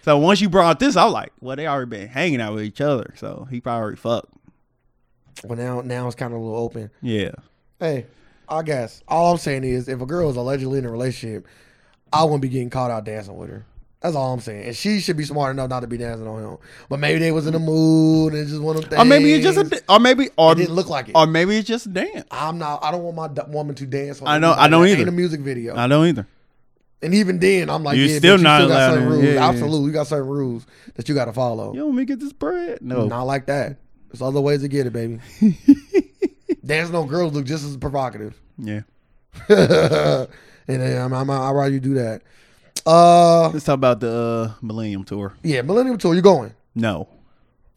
A: So once you brought this, I was like, well, they already been hanging out with each other. So he probably already fucked.
B: well, now now it's kind of a little open.
A: Yeah.
B: Hey, I guess all I'm saying is, if a girl is allegedly in a relationship, I wouldn't be getting caught out dancing with her. That's all I'm saying. And she should be smart enough not to be dancing on him. But maybe they was in the mood and it's just one of them things.
A: Or maybe it's just a, da- or maybe or
B: it didn't look like it.
A: or maybe it's just a dance.
B: I'm not. I don't want my d- woman to dance. On
A: I
B: a
A: know-
B: music
A: I don't
B: video.
A: either.
B: Ain't a music video.
A: I don't either.
B: and even then, I'm like,
A: You
B: yeah,
A: still
B: still
A: not
B: you
A: allowed
B: still got certain
A: to-
B: rules.
A: yeah, yeah.
B: Absolutely, you got certain rules that you got to follow.
A: You want me to get this bread? No.
B: Not like that. There's other ways to get it, baby. Dancing on girls look just as provocative.
A: Yeah.
B: and then I'm, I'm, I'd rather you do that. Uh,
A: Let's talk about the uh, Millennium Tour.
B: yeah, Millennium Tour, you going?
A: No.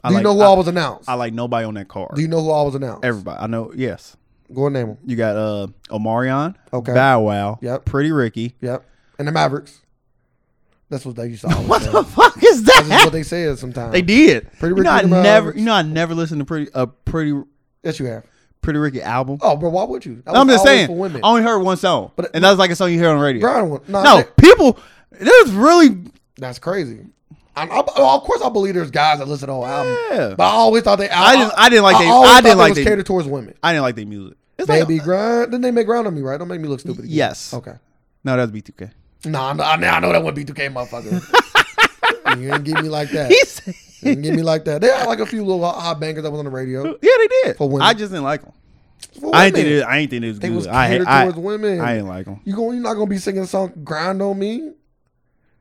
A: I
B: Do you
A: like,
B: know who
A: I,
B: I, was announced?
A: I like nobody on that card.
B: do you know who I was announced?
A: Everybody. I know. Yes.
B: Go and name them.
A: You got uh Omarion.
B: Okay.
A: Bow Wow.
B: Yep.
A: Pretty Ricky.
B: Yep. And the Mavericks. That's what they used to always
A: What
B: say.
A: the fuck is
B: That's just
A: that?
B: what they said sometimes.
A: They did.
B: Pretty
A: you know, I
B: Ricky and the
A: never.
B: Mavericks.
A: You know, I never listened to pretty a pretty
B: yes, you have.
A: pretty Ricky album.
B: Oh, bro, why would you? That
A: I'm
B: was
A: just
B: always
A: saying.
B: For women.
A: I only heard one song,
B: But-
A: and that was like a song you hear on the radio.
B: Brian, would- nah,
A: no,
B: that-
A: people. There's really.
B: that's crazy. I, I, oh, of course, I believe there's guys that listen to the whole album.
A: Yeah.
B: But I always thought they.
A: I just- I didn't like they-
B: always
A: I
B: thought
A: didn't
B: they
A: like
B: was
A: they-
B: catered towards women.
A: I didn't like their music. It's like,
B: Baby grind. Didn't they make ground on me? Right? Don't make me look stupid. Again.
A: yes.
B: Okay.
A: No, that was B2K.
B: Nah, I'm- I, I know that wouldn't be 2K, motherfucker. you didn't get me like that.
A: He
B: You
A: said,
B: didn't get me like that. They had like a few little hot bangers that was on the radio.
A: yeah, they did.
B: For women.
A: I just didn't like them.
B: For
A: I ain't think
B: women.
A: it. I ain't think it was
B: They
A: good.
B: was
A: I,
B: catered
A: I,
B: towards women.
A: I ain't like them.
B: You going? You're not gonna be singing the song "Grind on Me,"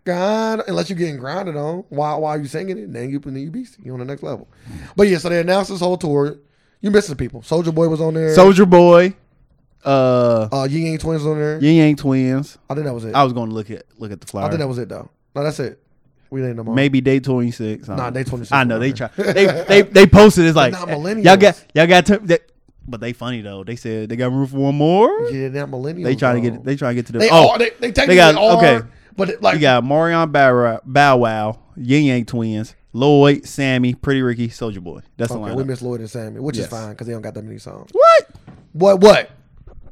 B: grind unless you're getting grinded on. Why? Why are you singing it? Then you then you beast. You on the next level. But yeah, so they announced this whole tour. You missing people. Soldier Boy was on there.
A: Soldier Boy, uh,
B: uh, Ying Yang Twins was on there.
A: Yin Yang Twins.
B: I think that was it.
A: I was going to look at look at the flyer.
B: I think that was it though. No, that's it. We didn't know more.
A: Maybe day twenty six.
B: Nah, day 26
A: I know they try.
B: whatever.
A: They they they posted. It's like eh,
B: not
A: y'all
B: millennials.
A: got y'all got. To, they, but they funny though. They said they got room for one more.
B: Yeah, not millennials.
A: They trying to
B: though.
A: get they trying to get to the
B: They
A: oh
B: are. They, they technically
A: got-
B: are.
A: okay.
B: But it, like,
A: you got Marion Bow Wow- Bow Wow, Yin Yang Twins, Lloyd, Sammy, Pretty Ricky, Soldier Boy. That's the
B: okay,
A: lineup.
B: we miss Lloyd and Sammy, which
A: Yes.
B: is fine because they don't got that many songs.
A: what?
B: What? What?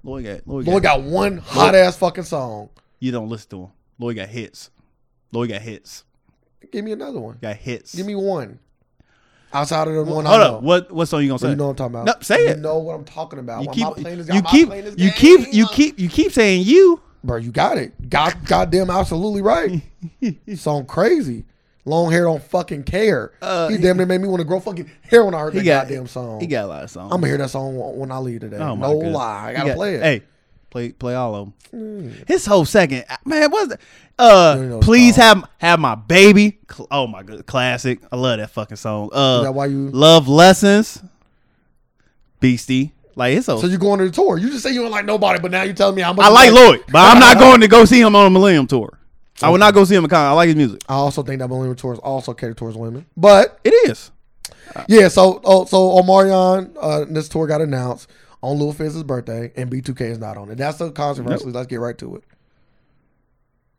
A: Lloyd got Lloyd,
B: Lloyd
A: got,
B: got one hot ass fucking song.
A: you don't listen to him. Lloyd got hits. Lloyd got hits.
B: Give me another one.
A: Got hits.
B: Give me one. Outside of the one I
A: Hold
B: know.
A: up. What what song you gonna say?
B: You know what I'm talking about.
A: No, say it.
B: You know what I'm talking about.
A: you
B: Why
A: keep
B: am I playing this guy?
A: you
B: Am I
A: keep
B: playing this
A: you
B: game?
A: keep you keep you keep saying you.
B: Bro, you got it. God, goddamn, absolutely right. Song crazy. Long hair don't fucking care.
A: Uh,
B: he damn nen made me want to grow fucking hair when I heard that
A: got-
B: goddamn song.
A: He got a lot of songs.
B: I'm gonna hear that song wh- when I leave today.
A: Oh, my
B: no
A: goodness.
B: lie, I
A: He
B: gotta
A: got-
B: play it. Mm.
A: Hey, play play all of them. His whole second, man, what's that? Uh,
B: You know the
A: please
B: song.
A: have have my baby. Cl- Oh my good classic. I love that fucking song. Uh,
B: Is that why you-
A: love lessons? Beastie, like it's
B: So
A: so.
B: you going to the tour? You just say you don't like nobody, but now you telling me how much
A: I
B: you
A: like Lloyd, but I'm not going to go see him on a Millennium tour. I will not go see him in concert. I like his music.
B: I also think that Millennium Tour is also catered towards women, but
A: It is.
B: Yeah, so oh, so Omarion, uh, this tour got announced on Lil Fizz's birthday, and B2K is not on it. That's the controversy. Let's get right to it.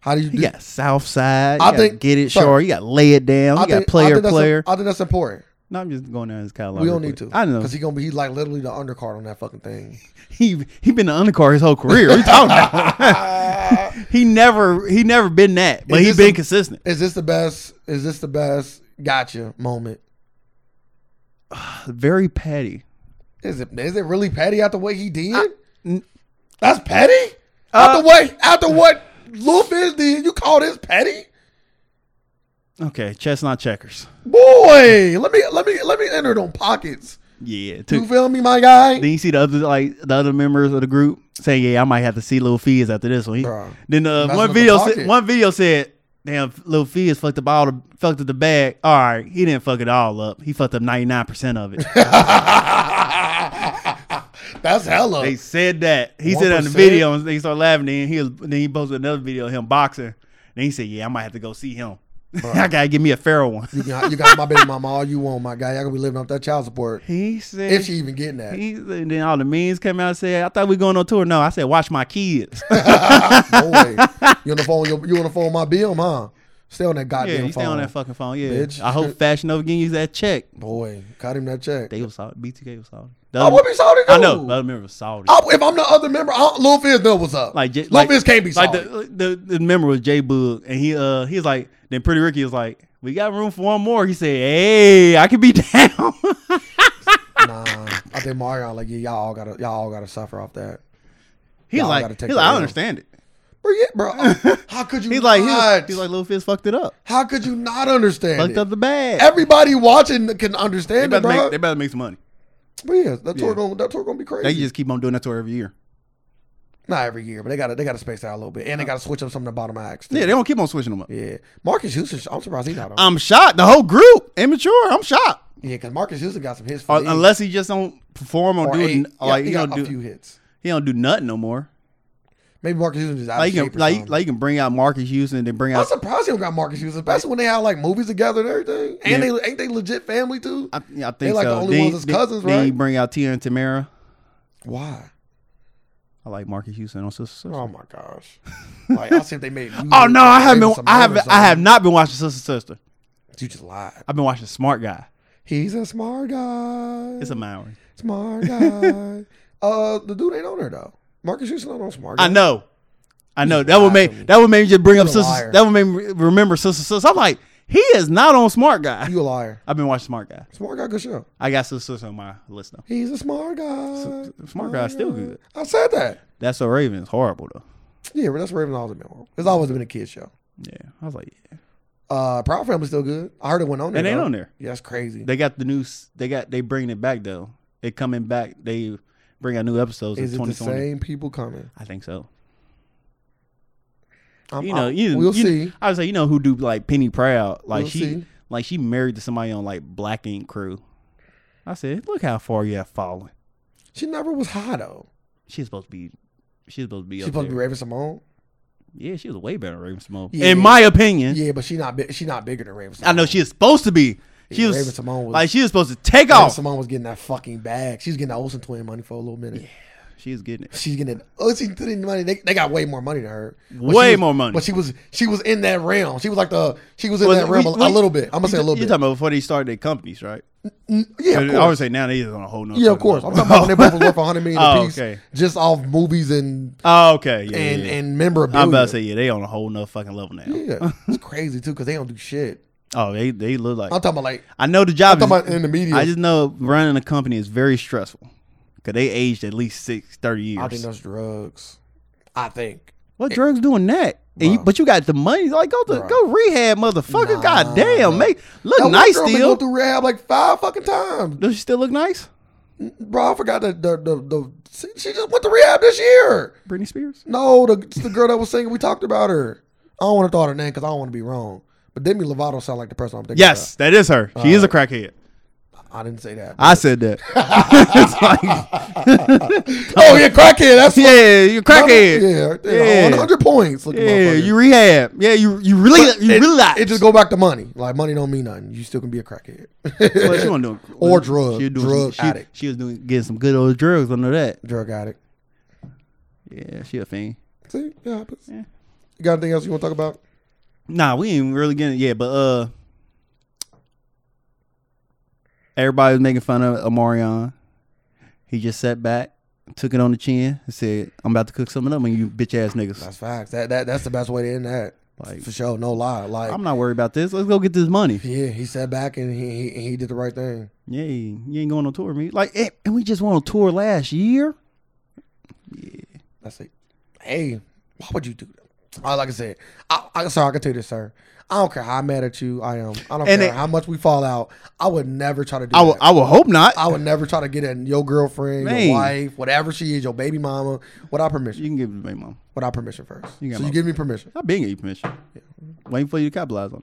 B: How do you do?
A: You got Southside. You
B: I
A: got
B: think-
A: get it,
B: sir.
A: sure. You got lay it down. You got player
B: that's
A: player.
B: I think that's important.
A: no, I'm just going down his catalog.
B: We
A: real
B: don't need to.
A: quick. I know.
B: because he gonna be he's like literally the undercard on that fufucking thing.
A: he he been the undercard his whole career. What you talking about? he never he never been that, but
B: Is
A: he
B: this
A: been
B: a-
A: consistent.
B: Is this the best? Is this the best? Gotcha moment.
A: Very petty.
B: Is it? Is it really petty out the way he did?
A: n- Uh,
B: that's petty. out the way. After what Lil Fizz did, you call this petty?
A: Okay, chestnut checkers.
B: Boy, let me let me let me enter them pockets.
A: Yeah, it
B: You
A: took.
B: feel me, my guy?
A: Then you see the other like the other members of the group saying, "Yeah, I might have to see Lil Fizz after this one." He-
B: Bruh.
A: then uh,
B: Messing
A: one
B: up the
A: video said,
B: pocket.
A: one video said, "Damn, Lil Fizz fucked up all the fucked up the bag." All right, he didn't fuck it all up. He fucked up ninety nine percent of it.
B: That's hella.
A: They said that. He said that in the
B: 1%?
A: video and they started laughing. Then he was, then he posted another video of him boxing. Then he said, Yeah, I might have to go see him. I gotta give me a fair one.
B: you, got, you got my baby mama all you want, my guy. Y'all gonna be living off that child support
A: He said
B: if she even getting that.
A: he, and then all the memes came out and said, I thought we going on tour. No, I said, watch my kids.
B: No way. You on the phone? You, you on the phone? with My BM, huh? Stay on that
A: yeah,
B: goddamn
A: you
B: phone.
A: stay on that fucking phone. Yeah.
B: Bitch.
A: I hope Fashion Nova getting you that check.
B: Boy, cut him that check.
A: They was solid. BTK was solid.
B: I would be salty too.
A: I know. The other member was solid.
B: I- if I'm the other member, I, Lil Fizz know what's up.
A: like
B: Lil
A: J- like,
B: Fizz can't be
A: like
B: salty.
A: the, the the member was Jay Bug, and he uh he was like then Pretty Ricky was like we got room for one more. He said, "Hey, I could be down."
B: nah, I think Mario like yeah, y'all all gotta y'all all gotta suffer off that.
A: he's
B: Y'all
A: like,
B: gotta
A: he's
B: take
A: like
B: the
A: I
B: L."
A: understand it.
B: Bro, yeah, bro. How could you
A: He's
B: not?
A: like, he's, he's like, Lil Fizz fucked it up.
B: how could you not understand?
A: Fucked
B: it?
A: up the bag.
B: Everybody watching can
A: they,
B: understand it,
A: better
B: bro.
A: make, they better make some money.
B: but yeah, that tour
A: Yeah.
B: gonna that tour gonna be crazy.
A: They just keep on doing that tour every year.
B: not every year, but they got to they got to space out a little bit, and they got to switch up some of the bottom acts. too.
A: Yeah, they Uh, don't keep on switching them up.
B: yeah. Marcus Houston, I'm surprised he's not on.
A: I'm shocked. The whole group, immature. I'm shocked.
B: yeah, because Marcus Houston got some hits. For
A: Or-
B: the Eagles.
A: uh, unless he just don't perform or,
B: Or
A: do
B: eight.
A: n-
B: Yeah,
A: like
B: he
A: he
B: got
A: don't
B: a
A: do
B: few hits.
A: he don't do nothing no more.
B: Maybe Marcus Houston just out
A: Like you can
B: of shape. or
A: like
B: something.
A: like you can bring out Marcus Houston and then bring
B: I'm
A: out
B: surprised he don't got Marcus Houston, especially when they have like movies together and everything. And
A: Yeah.
B: they ain't they legit family too.
A: I, yeah, I think
B: like the
A: so.
B: only
A: then,
B: ones that's
A: then-
B: cousins,
A: then you
B: right?
A: bring out Tia and Tamara.
B: Why?
A: I like Marcus Houston on Sister Sister.
B: Oh my gosh! Like I'll see if they made.
A: oh no, I haven't been, I haven't I have not been watching Sister Sister.
B: You just lied.
A: I've been watching Smart Guy.
B: He's a smart guy.
A: It's a Maori.
B: smart guy. uh, the dude ain't on there though. Marcus Houston not on smart guy.
A: I know. I know. That would make that would make me just bring up
B: a
A: Sister
B: liar.
A: that would make me re- remember Sister Sister. I'm like, he is not on Smart Guy.
B: You a liar.
A: I've been watching Smart Guy.
B: Smart guy, good show.
A: I got Sister Sister on my list though.
B: He's a smart guy. Uh,
A: Smart Guy's still good.
B: I said that.
A: That's a Raven. It's horrible though.
B: Yeah, but that's Raven always been on. It's always been a kid show.
A: Yeah. I was like, yeah.
B: Uh, Proud Family's still good. I heard it went on there.
A: And they
B: though.
A: on there.
B: Yeah, that's crazy.
A: They got the new s- they got they bringing it back though. They coming back. They bring out new episodes
B: Is
A: in
B: it the
A: 2020.
B: same people coming?
A: I think so.
B: I'm-
A: You know,
B: I'm-
A: you,
B: we'll
A: you-
B: see.
A: I would say you know who do like Penny Proud. Like
B: We'll
A: she
B: see.
A: like she married to somebody on like Black Ink Crew. I said, look how far you have fallen.
B: She never was high though.
A: She's supposed to be she's supposed to be
B: She's
A: up
B: supposed to
A: there.
B: be Raven Simone.
A: yeah, she was way better than Raven Simone.
B: Yeah.
A: In my opinion.
B: Yeah, but she not bi- she not bigger than Raven. Simone.
A: I know she is supposed to be. She
B: Yeah,
A: was,
B: Raven Simone was-
A: like she was supposed to take
B: Raven
A: off.
B: Simone was getting that fucking bag. She was getting that Olsen twin money for a little minute.
A: She's getting it.
B: She's getting Olsen twin money. They, they got way more money than her. But she
A: Way
B: was-
A: more money.
B: But she was she was in that realm. She was like the she was in
A: Well,
B: that realm
A: we-
B: a,
A: we-
B: a little bit. I'm gonna say a little
A: You're
B: bit.
A: talking about before they started their companies, right?
B: Mm, yeah, of
A: I
B: course.
A: always say now they is on a whole nother.
B: Yeah, of
A: fucking
B: course. I'm
A: level.
B: talking about when they both were worth 100 million
A: Oh,
B: apiece,
A: okay.
B: just off movies and
A: Oh, okay. Yeah,
B: and
A: yeah, yeah.
B: and
A: I'm
B: memorabilia.
A: about to say yeah, they on a whole nother fucking level now.
B: yeah, it's crazy too because they don't do shit.
A: Oh, they they look like
B: I'm talking about like
A: I know the job.
B: I'm talking
A: Is,
B: about in the media.
A: I just know running a company is very stressful because they aged at least six, 30
B: I think
A: years.
B: that's drugs. I think.
A: What drugs doing that? And you,
B: Eh, Bruh.
A: but you got the money. Like go to
B: Bruh.
A: go rehab, motherfucker.
B: Nah,
A: God damn,
B: bruh.
A: make look
B: That one
A: nice
B: girl been
A: still.
B: going through rehab like five fucking times,
A: Does she still look nice?
B: bro. I forgot the the the, the she, she just went to rehab this year.
A: Britney Spears.
B: No, the it's the girl that was singing, we talked about her. I don't want to throw out her name because I don't want to be wrong. But Demi Lovato sound like the person I'm thinking.
A: Yes, that is her. She is a crackhead.
B: about. I didn't say that.
A: I said that. It's like-
B: oh yeah, crackhead. That's
A: yeah, you crackhead.
B: Yeah, right
A: Yeah.
B: there. 100 points. Look at
A: Yeah,
B: motherfucker.
A: you rehab. Yeah, you you really
B: But
A: you
B: it-
A: really like
B: It just go back to money. Like money don't mean nothing. You still can be a crackhead.
A: Well, she wasn't doing
B: Or drug-
A: was doing
B: drug
A: some- she,
B: addict.
A: She was doing getting some good old drugs. I know that.
B: Drug addict.
A: Yeah, she a fiend.
B: See, it happens.
A: Yeah.
B: You got anything else you want to talk about?
A: Nah, we ain't really getting yeah, but uh, everybody was making fun of Omarion. He just sat back, took it on the chin, and said, "I'm about to cook something up on you bitch ass niggas."
B: That's facts. That, that that's the best way to end that.
A: Like-
B: for sure, no lie. Like
A: I'm not worried about this. Let's go get this money.
B: yeah, he sat back and he, he he did the right thing.
A: Yeah, you ain't going on tour, me. Like, eh, and we just went on tour last year.
B: That's it. Hey, why would you do that? Uh, like I said, I, I sorry, I can tell you this, sir. I don't care how mad at you I am. I don't
A: And
B: care
A: it-
B: how much we fall out. I would never try to do
A: I
B: that.
A: will. I will hope not.
B: I would never try to get at your girlfriend,
A: Man.
B: your wife, whatever she is, your baby mama, without permission.
A: you can give it to me, mom.
B: Without permission first.
A: You got
B: so
A: my-
B: you give me permission.
A: I've been giving you permission. Waiting for you to capitalize on.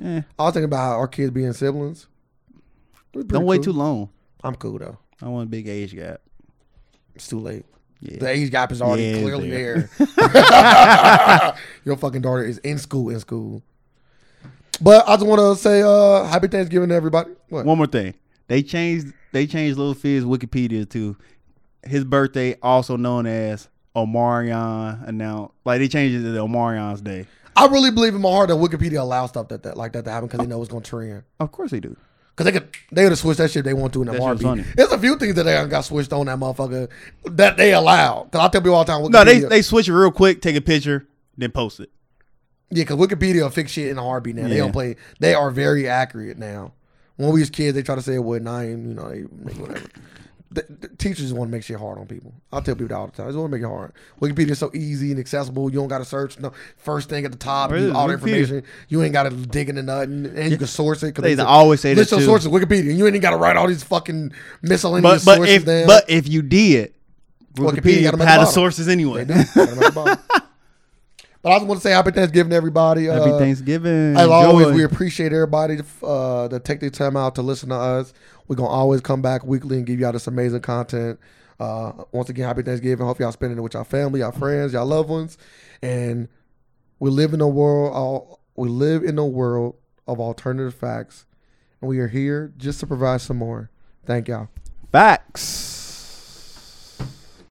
A: it. Eh,
B: I was thinking about how our kids being siblings.
A: don't wait too long.
B: I'm cool though.
A: I want a big age gap.
B: It's too late.
A: Yeah.
B: The age gap is already
A: Yeah,
B: clearly
A: there.
B: there. your fucking daughter is in school, in school. But I just want to say uh, happy Thanksgiving to everybody. What?
A: One more thing. They changed. They changed Lil Fizz Wikipedia to his birthday, also known as Omarion. And now, like they changed it to Omarion's day.
B: I really believe in my heart that Wikipedia allows stuff that, that like that to happen because they know it's going to trend.
A: Of course they do.
B: Cause they could, they would have switched that shit if they want to in the
A: That shit was
B: heartbeat.
A: funny.
B: There's a few things that they done got switched on that motherfucker that they allow. Cause I tell people all the time, Wikipedia,
A: No, they they switch it real quick. Take a picture, then post it.
B: yeah, cause Wikipedia will fix shit in a heartbeat now. They
A: Yeah.
B: don't play. They are very accurate now. When we was kids, they try to say it would nine, you know, they, whatever. the, the teachers want to make shit hard on people. I tell people that all the time. They want to make it hard. Wikipedia is so easy and accessible. You don't got to search. No, first thing at the top,
A: Really?
B: you- all the
A: Wikipedia.
B: information. You ain't got to dig into nothing, and you can source it. 'cause
A: They
B: said,
A: always say that
B: list your
A: too.
B: sources, Wikipedia. and You ain't got to write all these fucking
A: But
B: miscellaneous
A: but
B: sources
A: if
B: down.
A: but if you did,
B: Wikipedia got
A: Wikipedia,
B: 'em at the
A: had the
B: bottom.
A: sources
B: They
A: anyway.
B: do. Got 'em at the bottom. But I just want to say happy Thanksgiving, to everybody.
A: Happy
B: Uh,
A: Thanksgiving.
B: As always,
A: Enjoy.
B: we appreciate everybody uh, that take their time out to listen to us. We're gonna always come back weekly and give y'all this amazing content. Uh, once again, happy Thanksgiving. Hope y'all spending it with y'all family, y'all friends, y'all loved ones. And we live in a world. All, we live in a world of alternative facts, and we are here just to provide some more. Thank y'all.
A: facts.